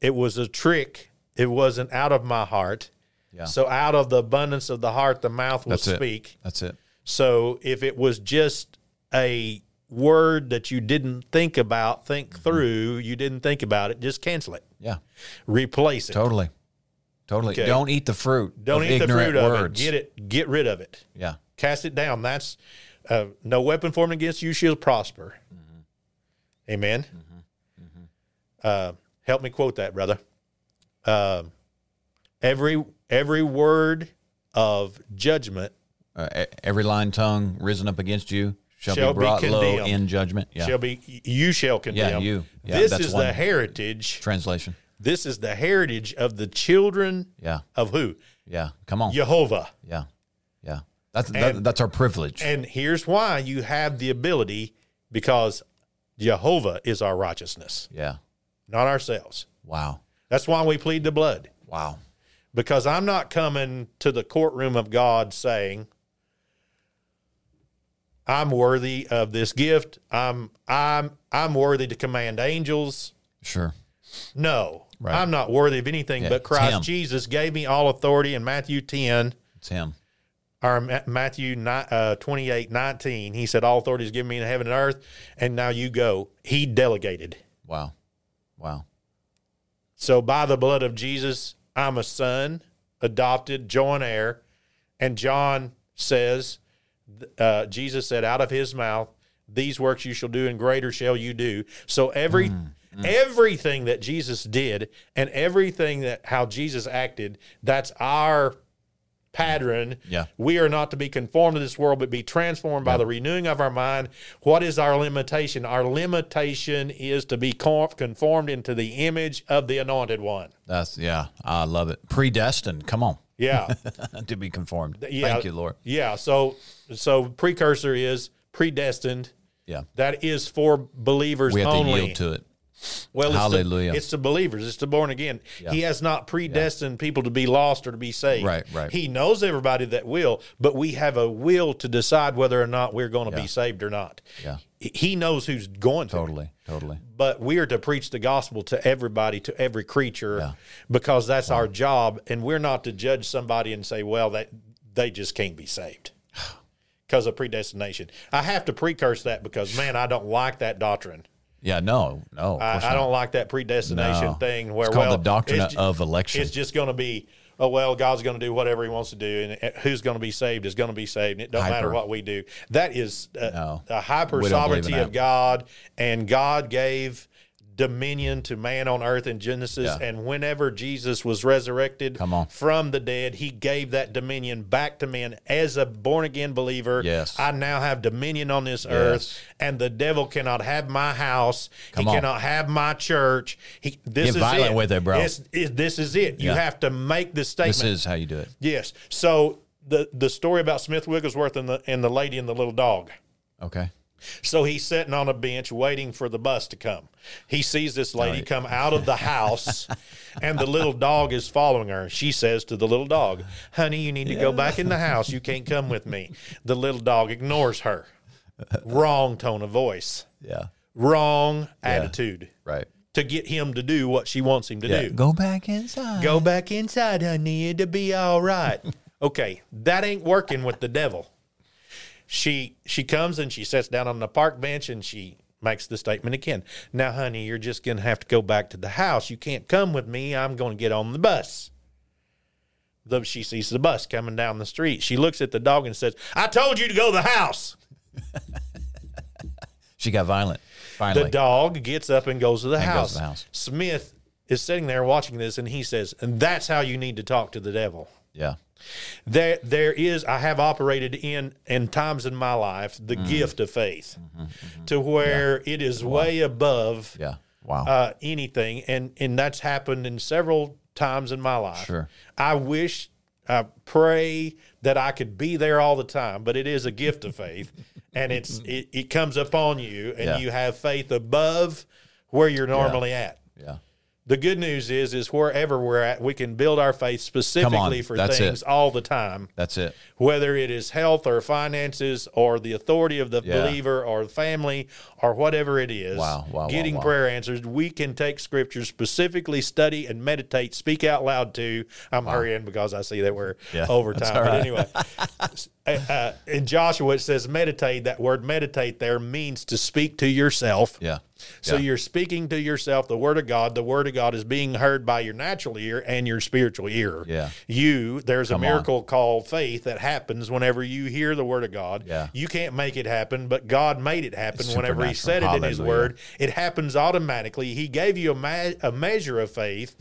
[SPEAKER 3] It was a trick. It wasn't out of my heart.
[SPEAKER 2] Yeah.
[SPEAKER 3] So out of the abundance of the heart, the mouth will
[SPEAKER 2] That's it.
[SPEAKER 3] speak.
[SPEAKER 2] That's it.
[SPEAKER 3] So if it was just a word that you didn't think about, think
[SPEAKER 2] Mm-hmm.
[SPEAKER 3] through, you didn't think about it, just cancel it.
[SPEAKER 2] Yeah.
[SPEAKER 3] Replace it.
[SPEAKER 2] Totally. Totally.
[SPEAKER 3] Okay.
[SPEAKER 2] Don't eat the fruit.
[SPEAKER 3] Don't
[SPEAKER 2] of
[SPEAKER 3] eat the
[SPEAKER 2] ignorant
[SPEAKER 3] fruit of
[SPEAKER 2] words.
[SPEAKER 3] it. Get it. Get rid of it.
[SPEAKER 2] Yeah.
[SPEAKER 3] Cast it down. That's uh, no weapon formed against you shall prosper.
[SPEAKER 2] Mm-hmm.
[SPEAKER 3] Amen. Uh, help me quote that, brother. Um every every word of judgment
[SPEAKER 2] Uh, e- every lying tongue risen up against you shall,
[SPEAKER 3] Shall
[SPEAKER 2] be
[SPEAKER 3] be
[SPEAKER 2] brought low
[SPEAKER 3] condemned.
[SPEAKER 2] in judgment. Yeah.
[SPEAKER 3] shall be you shall condemn.
[SPEAKER 2] you. Yeah,
[SPEAKER 3] this
[SPEAKER 2] that's
[SPEAKER 3] is
[SPEAKER 2] one.
[SPEAKER 3] the heritage.
[SPEAKER 2] Translation.
[SPEAKER 3] This is the heritage of the children
[SPEAKER 2] Yeah.
[SPEAKER 3] of who
[SPEAKER 2] Yeah. Come on.
[SPEAKER 3] Jehovah.
[SPEAKER 2] Yeah. Yeah. That's that, that's our privilege.
[SPEAKER 3] And here's why you have the ability because Jehovah is our righteousness,
[SPEAKER 2] yeah.
[SPEAKER 3] not ourselves.
[SPEAKER 2] Wow.
[SPEAKER 3] That's why we plead the blood
[SPEAKER 2] Wow.
[SPEAKER 3] because I'm not coming to the courtroom of God saying, I'm worthy of this gift. I'm I'm I'm worthy to command angels.
[SPEAKER 2] Sure.
[SPEAKER 3] No.
[SPEAKER 2] Right.
[SPEAKER 3] I'm not worthy of anything
[SPEAKER 2] Yeah,
[SPEAKER 3] but
[SPEAKER 2] it's
[SPEAKER 3] Christ
[SPEAKER 2] him.
[SPEAKER 3] Jesus gave me all authority in Matthew 10
[SPEAKER 2] It's him.
[SPEAKER 3] or Ma- Matthew ni- uh, 28 19, he said, All authority is given me in heaven and earth, and now you go. He delegated.
[SPEAKER 2] Wow. Wow.
[SPEAKER 3] So, by the blood of Jesus, I'm a son, adopted, joint heir. And John says, th- uh, Jesus said, Out of his mouth, these works you shall do, and greater shall you do. So, every. Everything that Jesus did and everything that how Jesus acted, that's our pattern.
[SPEAKER 2] Yeah.
[SPEAKER 3] We are not to be conformed to this world, but be transformed by the renewing of our mind. What is our limitation? Our limitation is to be con- conformed into the image of the anointed one.
[SPEAKER 2] That's yeah. I love it. Predestined. Come on. [laughs]
[SPEAKER 3] Yeah.
[SPEAKER 2] to be conformed.
[SPEAKER 3] yeah.
[SPEAKER 2] Thank you, Lord.
[SPEAKER 3] Yeah. So, so precursor is predestined.
[SPEAKER 2] Yeah.
[SPEAKER 3] That is for believers
[SPEAKER 2] We have
[SPEAKER 3] only.
[SPEAKER 2] to yield to it.
[SPEAKER 3] well, it's the-
[SPEAKER 2] Hallelujah.
[SPEAKER 3] it's the believers. It's the born again. He has not predestined people to be lost or to be saved.
[SPEAKER 2] Right, right.
[SPEAKER 3] He knows everybody that will, but we have a will to decide whether or not we're going to be saved or not.
[SPEAKER 2] Yeah.
[SPEAKER 3] He- He knows who's going to.
[SPEAKER 2] Totally. Totally.
[SPEAKER 3] but we are to preach the gospel to everybody, to every creature, because that's our job. And we're not to judge somebody and say, well, that they just can't
[SPEAKER 2] [sighs]
[SPEAKER 3] be saved because of predestination. I have to precurse that because, man, I don't like that doctrine.
[SPEAKER 2] Yeah. No. No. of course
[SPEAKER 3] I, I
[SPEAKER 2] not.
[SPEAKER 3] don't like that predestination
[SPEAKER 2] No.
[SPEAKER 3] thing where,
[SPEAKER 2] It's called
[SPEAKER 3] well,
[SPEAKER 2] the doctrine
[SPEAKER 3] it's ju-
[SPEAKER 2] of election.
[SPEAKER 3] it's just going to be, oh, well, God's going to do whatever he wants to do, and uh, who's going to be saved is going to be saved, and it don't matter
[SPEAKER 2] Hyper.
[SPEAKER 3] what we do. That is a,
[SPEAKER 2] No.
[SPEAKER 3] a hyper
[SPEAKER 2] We don't believe in
[SPEAKER 3] sovereignty of
[SPEAKER 2] that.
[SPEAKER 3] God, and God gave dominion to man on earth in Genesis,
[SPEAKER 2] Yeah.
[SPEAKER 3] and whenever Jesus was resurrected
[SPEAKER 2] Come on.
[SPEAKER 3] from the dead, he gave that dominion back to men as a born-again believer.
[SPEAKER 2] Yes.
[SPEAKER 3] I now have dominion on this earth, and the devil cannot have my house.
[SPEAKER 2] Come
[SPEAKER 3] he
[SPEAKER 2] on.
[SPEAKER 3] cannot have my church. He, this
[SPEAKER 2] Get
[SPEAKER 3] is
[SPEAKER 2] violent
[SPEAKER 3] it.
[SPEAKER 2] with it, bro.
[SPEAKER 3] This is, this is it. You
[SPEAKER 2] Yeah.
[SPEAKER 3] have to make this statement.
[SPEAKER 2] This is how you do it.
[SPEAKER 3] yes. So the the story about Smith Wigglesworth and the and the lady and the little dog.
[SPEAKER 2] Okay.
[SPEAKER 3] So he's sitting on a bench waiting for the bus to come. He sees this lady come out of
[SPEAKER 2] [laughs]
[SPEAKER 3] the house, and the little dog is following her. She says to the little dog, "Honey, you need to go back in the house. You can't come with me." The little dog ignores her. Wrong tone of voice.
[SPEAKER 2] Yeah.
[SPEAKER 3] Wrong attitude
[SPEAKER 2] Right.
[SPEAKER 3] to get him to do what she wants him to
[SPEAKER 2] Yeah.
[SPEAKER 3] do.
[SPEAKER 2] Go back inside.
[SPEAKER 3] Go back inside, honey. It'll be
[SPEAKER 2] [laughs]
[SPEAKER 3] all right. okay, that ain't working with the devil. She she comes and she sits down on the park bench and she makes the statement again. Now, honey, you're just gonna have to go back to the house. You can't come with me. I'm gonna get on the bus. The, she sees the bus coming down the street. She looks at the dog and says, "I told you to go to the house."
[SPEAKER 2] She got violent.
[SPEAKER 3] The
[SPEAKER 2] Finally.
[SPEAKER 3] dog gets up and goes to the,
[SPEAKER 2] goes
[SPEAKER 3] house.
[SPEAKER 2] to the house.
[SPEAKER 3] Smith is sitting there watching this, and he says, "And that's how you need to talk to the devil."
[SPEAKER 2] yeah.
[SPEAKER 3] There, there is. I have operated in in times in my life the
[SPEAKER 2] Mm-hmm.
[SPEAKER 3] gift of faith, to where it is way above
[SPEAKER 2] Yeah. Wow.
[SPEAKER 3] uh, anything, and and that's happened in several times in my life.
[SPEAKER 2] Sure.
[SPEAKER 3] I wish, I pray that I could be there all the time, but it is a gift
[SPEAKER 2] [laughs]
[SPEAKER 3] of faith, and it's it, it comes upon you, and
[SPEAKER 2] Yeah.
[SPEAKER 3] you have faith above where you're normally at.
[SPEAKER 2] yeah.
[SPEAKER 3] The good news is, is wherever we're at, we can build our faith specifically for
[SPEAKER 2] That's it.
[SPEAKER 3] things all the time,
[SPEAKER 2] That's it.
[SPEAKER 3] whether it is health or finances or the authority of the
[SPEAKER 2] Yeah.
[SPEAKER 3] believer or family or whatever it is.
[SPEAKER 2] Wow, wow, wow,
[SPEAKER 3] getting
[SPEAKER 2] wow.
[SPEAKER 3] prayer answers, we can take scripture specifically, study and meditate, speak out loud to. I'm hurrying because I see that we're
[SPEAKER 2] Yeah,
[SPEAKER 3] over
[SPEAKER 2] that's
[SPEAKER 3] time.
[SPEAKER 2] all
[SPEAKER 3] But
[SPEAKER 2] right. [laughs]
[SPEAKER 3] anyway, uh, uh, in Joshua it says meditate. That word meditate there means to speak to yourself.
[SPEAKER 2] Yeah.
[SPEAKER 3] So
[SPEAKER 2] Yeah.
[SPEAKER 3] you're speaking to yourself the word of God. The word of God is being heard by your natural ear and your spiritual ear.
[SPEAKER 2] Yeah.
[SPEAKER 3] You, there's a miracle called faith that happens whenever you hear the word of God.
[SPEAKER 2] Yeah.
[SPEAKER 3] You can't make it happen, but God made it happen
[SPEAKER 2] It's
[SPEAKER 3] whenever He said it
[SPEAKER 2] supernatural.
[SPEAKER 3] in His
[SPEAKER 2] Hallelujah.
[SPEAKER 3] word. It happens automatically. He gave you a, ma- a measure
[SPEAKER 2] [laughs]
[SPEAKER 3] of faith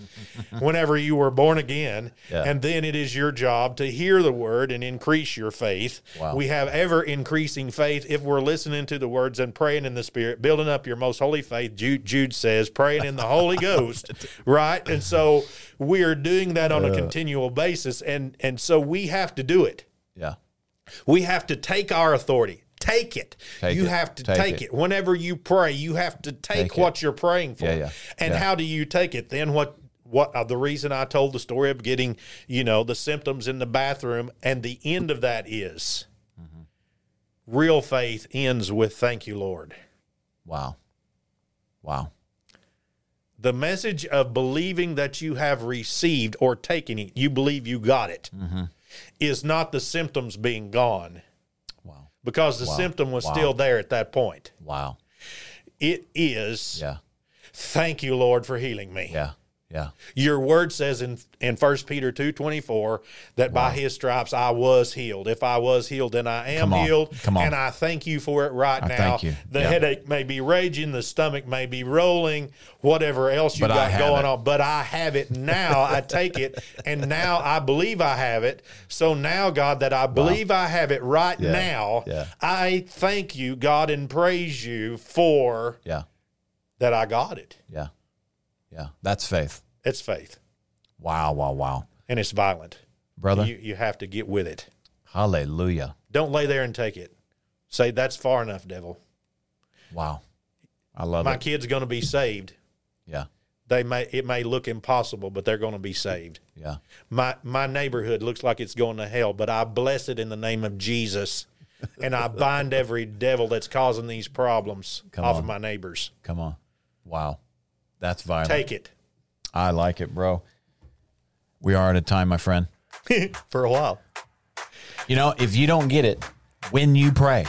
[SPEAKER 3] whenever you were born again.
[SPEAKER 2] Yeah.
[SPEAKER 3] And then it is your job to hear the word and increase your faith.
[SPEAKER 2] Wow.
[SPEAKER 3] We have ever increasing faith if we're listening to the words and praying in the spirit, building up your most holy faith. Jude, Jude says, praying in
[SPEAKER 2] [laughs]
[SPEAKER 3] the Holy Ghost, right? And so we are doing that on a continual basis. And, and so we have to do it.
[SPEAKER 2] Yeah.
[SPEAKER 3] We have to take our authority. Take it.
[SPEAKER 2] Take
[SPEAKER 3] you
[SPEAKER 2] it.
[SPEAKER 3] have to
[SPEAKER 2] Take
[SPEAKER 3] take,
[SPEAKER 2] it.
[SPEAKER 3] it. Whenever you pray, you have to take,
[SPEAKER 2] Take it.
[SPEAKER 3] what you're praying for.
[SPEAKER 2] Yeah, yeah.
[SPEAKER 3] And
[SPEAKER 2] Yeah.
[SPEAKER 3] how do you take it? Then what? What uh, the reason I told the story of getting, you know, the symptoms in the bathroom, and the end of that is real faith ends with "Thank you, Lord."
[SPEAKER 2] Wow. Wow.
[SPEAKER 3] the message of believing that you have received or taken it, you believe you got it, is
[SPEAKER 2] Mm-hmm.
[SPEAKER 3] not the symptoms being gone
[SPEAKER 2] Wow.
[SPEAKER 3] because the symptom was still there at that point.
[SPEAKER 2] Wow.
[SPEAKER 3] It is,
[SPEAKER 2] Yeah.
[SPEAKER 3] thank you, Lord, for healing me.
[SPEAKER 2] Yeah. Yeah.
[SPEAKER 3] Your word says in, in 1 Peter two twenty four that by his stripes I was healed. If I was healed, then I am
[SPEAKER 2] Come on.
[SPEAKER 3] healed.
[SPEAKER 2] Come on.
[SPEAKER 3] And I thank you for it right now.
[SPEAKER 2] thank you.
[SPEAKER 3] The
[SPEAKER 2] Yeah.
[SPEAKER 3] headache may be raging, the stomach may be rolling, whatever else you
[SPEAKER 2] But I
[SPEAKER 3] got
[SPEAKER 2] have
[SPEAKER 3] going
[SPEAKER 2] it.
[SPEAKER 3] on. But I have it now. I take it, and now I believe I have it. So now, God, that I believe I have it right
[SPEAKER 2] Yeah.
[SPEAKER 3] now,
[SPEAKER 2] Yeah.
[SPEAKER 3] I thank you, God, and praise you for
[SPEAKER 2] Yeah.
[SPEAKER 3] that I got it.
[SPEAKER 2] Yeah. Yeah. That's faith.
[SPEAKER 3] It's faith,
[SPEAKER 2] Wow. Wow. Wow.
[SPEAKER 3] and it's violent.
[SPEAKER 2] Brother.
[SPEAKER 3] You, you have to get with it.
[SPEAKER 2] hallelujah.
[SPEAKER 3] Don't lay there and take it. Say, that's far enough, devil.
[SPEAKER 2] Wow. I love
[SPEAKER 3] My
[SPEAKER 2] it.
[SPEAKER 3] kid's going to be saved.
[SPEAKER 2] Yeah.
[SPEAKER 3] They may it may look impossible, but they're going to be saved.
[SPEAKER 2] Yeah.
[SPEAKER 3] My my neighborhood looks like it's going to hell, but I bless it in the name
[SPEAKER 2] [laughs]
[SPEAKER 3] of Jesus, and I bind every devil that's causing these problems
[SPEAKER 2] Come
[SPEAKER 3] off
[SPEAKER 2] on.
[SPEAKER 3] of my neighbors.
[SPEAKER 2] Come on. Wow. That's violent.
[SPEAKER 3] Take it [laughs]
[SPEAKER 2] I like it, bro. We are at a time, my friend.
[SPEAKER 3] for a while.
[SPEAKER 2] You know, if you don't get it, when you pray,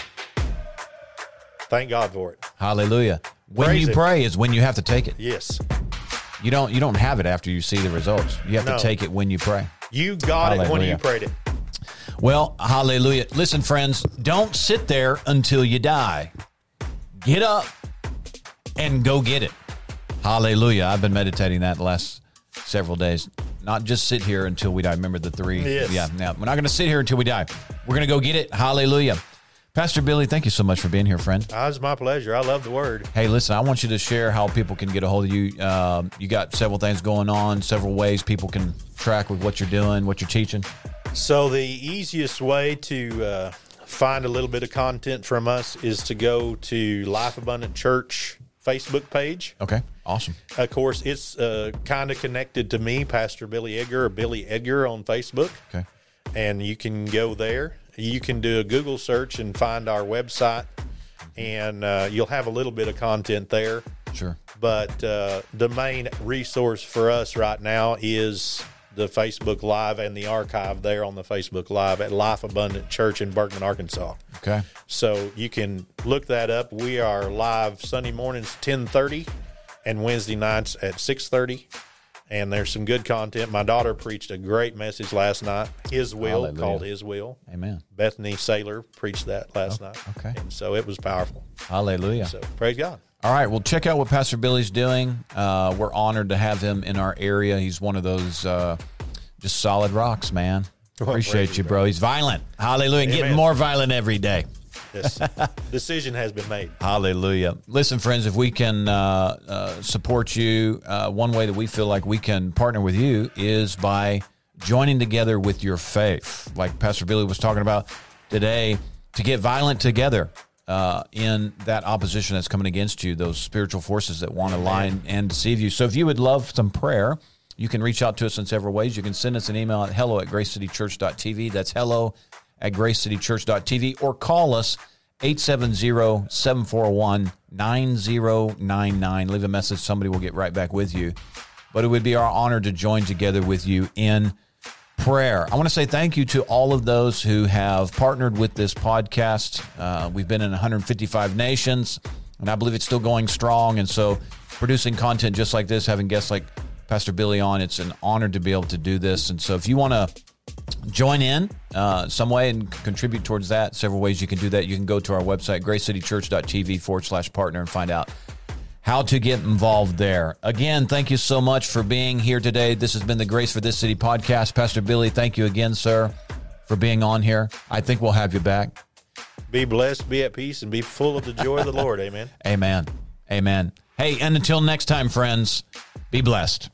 [SPEAKER 3] Thank God for it.
[SPEAKER 2] hallelujah. When
[SPEAKER 3] Praise
[SPEAKER 2] you
[SPEAKER 3] it.
[SPEAKER 2] pray is when you have to take it.
[SPEAKER 3] Yes,
[SPEAKER 2] You don't you don't have it after you see the results. You have
[SPEAKER 3] No.
[SPEAKER 2] to take it when you pray.
[SPEAKER 3] you got it when
[SPEAKER 2] Hallelujah.
[SPEAKER 3] you prayed it.
[SPEAKER 2] Well, hallelujah. Listen, friends, don't sit there until you die. Get up and go get it. Hallelujah. I've been meditating that the last several days. Not just sit here until we die. Remember the three?
[SPEAKER 3] Yes.
[SPEAKER 2] Yeah. Now, we're not going to sit here until we die. We're going to go get it. Hallelujah. Pastor Billy, thank you so much for being here, friend.
[SPEAKER 3] Ah, it's my pleasure. I love the word.
[SPEAKER 2] Hey, listen, I want you to share how people can get a hold of you. Um, you got several things going on, several ways people can track with what you're doing, what you're teaching.
[SPEAKER 3] So the easiest way to uh, find a little bit of content from us is to go to Life Abundant Church Facebook page.
[SPEAKER 2] Okay. Awesome.
[SPEAKER 3] Of course, it's uh, kind of connected to me, Pastor Billy Edgar or Billy Edgar on Facebook,
[SPEAKER 2] Okay.
[SPEAKER 3] and you can go there. You can do a Google search and find our website, and uh, you'll have a little bit of content there.
[SPEAKER 2] Sure.
[SPEAKER 3] But uh, the main resource for us right now is the Facebook Live and the archive there on the Facebook Live at Life Abundant Church in Bergman, Arkansas.
[SPEAKER 2] Okay.
[SPEAKER 3] So you can look that up. We are live Sunday mornings ten thirty, and Wednesday nights at six thirty. And there's some good content. My daughter preached a great message last night. His will
[SPEAKER 2] Hallelujah.
[SPEAKER 3] called His will.
[SPEAKER 2] Amen. Oh,
[SPEAKER 3] Bethany Saylor preached that last night.
[SPEAKER 2] okay.
[SPEAKER 3] And so it was powerful.
[SPEAKER 2] Hallelujah.
[SPEAKER 3] So praise God.
[SPEAKER 2] All right. Well, check out what Pastor Billy's doing. Uh, we're honored to have him in our area. He's one of those uh, just solid rocks, man. Appreciate you, bro. He's violent. Hallelujah. And Getting
[SPEAKER 3] Amen.
[SPEAKER 2] more violent every day. [laughs]
[SPEAKER 3] This decision has been made.
[SPEAKER 2] Hallelujah. Listen, friends, if we can uh, uh, support you, uh, one way that we feel like we can partner with you is by joining together with your faith. Like Pastor Billy was talking about today, to get violent together uh, in that opposition that's coming against you, those spiritual forces that want to lie and, and deceive you. So if you would love some prayer, you can reach out to us in several ways. You can send us an email at hello at gracecitychurch.tv. That's hello at gracecitychurch.tv or call us 870-741-9099. Leave a message. Somebody will get right back with you. But it would be our honor to join together with you in prayer. I want to say thank you to all of those who have partnered with this podcast. Uh, we've been in 155 nations, and I believe it's still going strong. And so, producing content just like this, having guests like Pastor Billy on, it's an honor to be able to do this. And so, if you want to join in uh, some way and contribute towards that, several ways you can do that. You can go to our website, gracecitychurch.tv forward slash partner, and find out how to get involved there. Again, thank you so much for being here today. This has been the Grace for This City podcast. Pastor Billy, thank you again, sir, for being on here. I think we'll have you back.
[SPEAKER 3] Be blessed, be at peace, and be full of the joy of the Lord. Amen.
[SPEAKER 2] Amen. Amen. Hey, and until next time, friends, be blessed.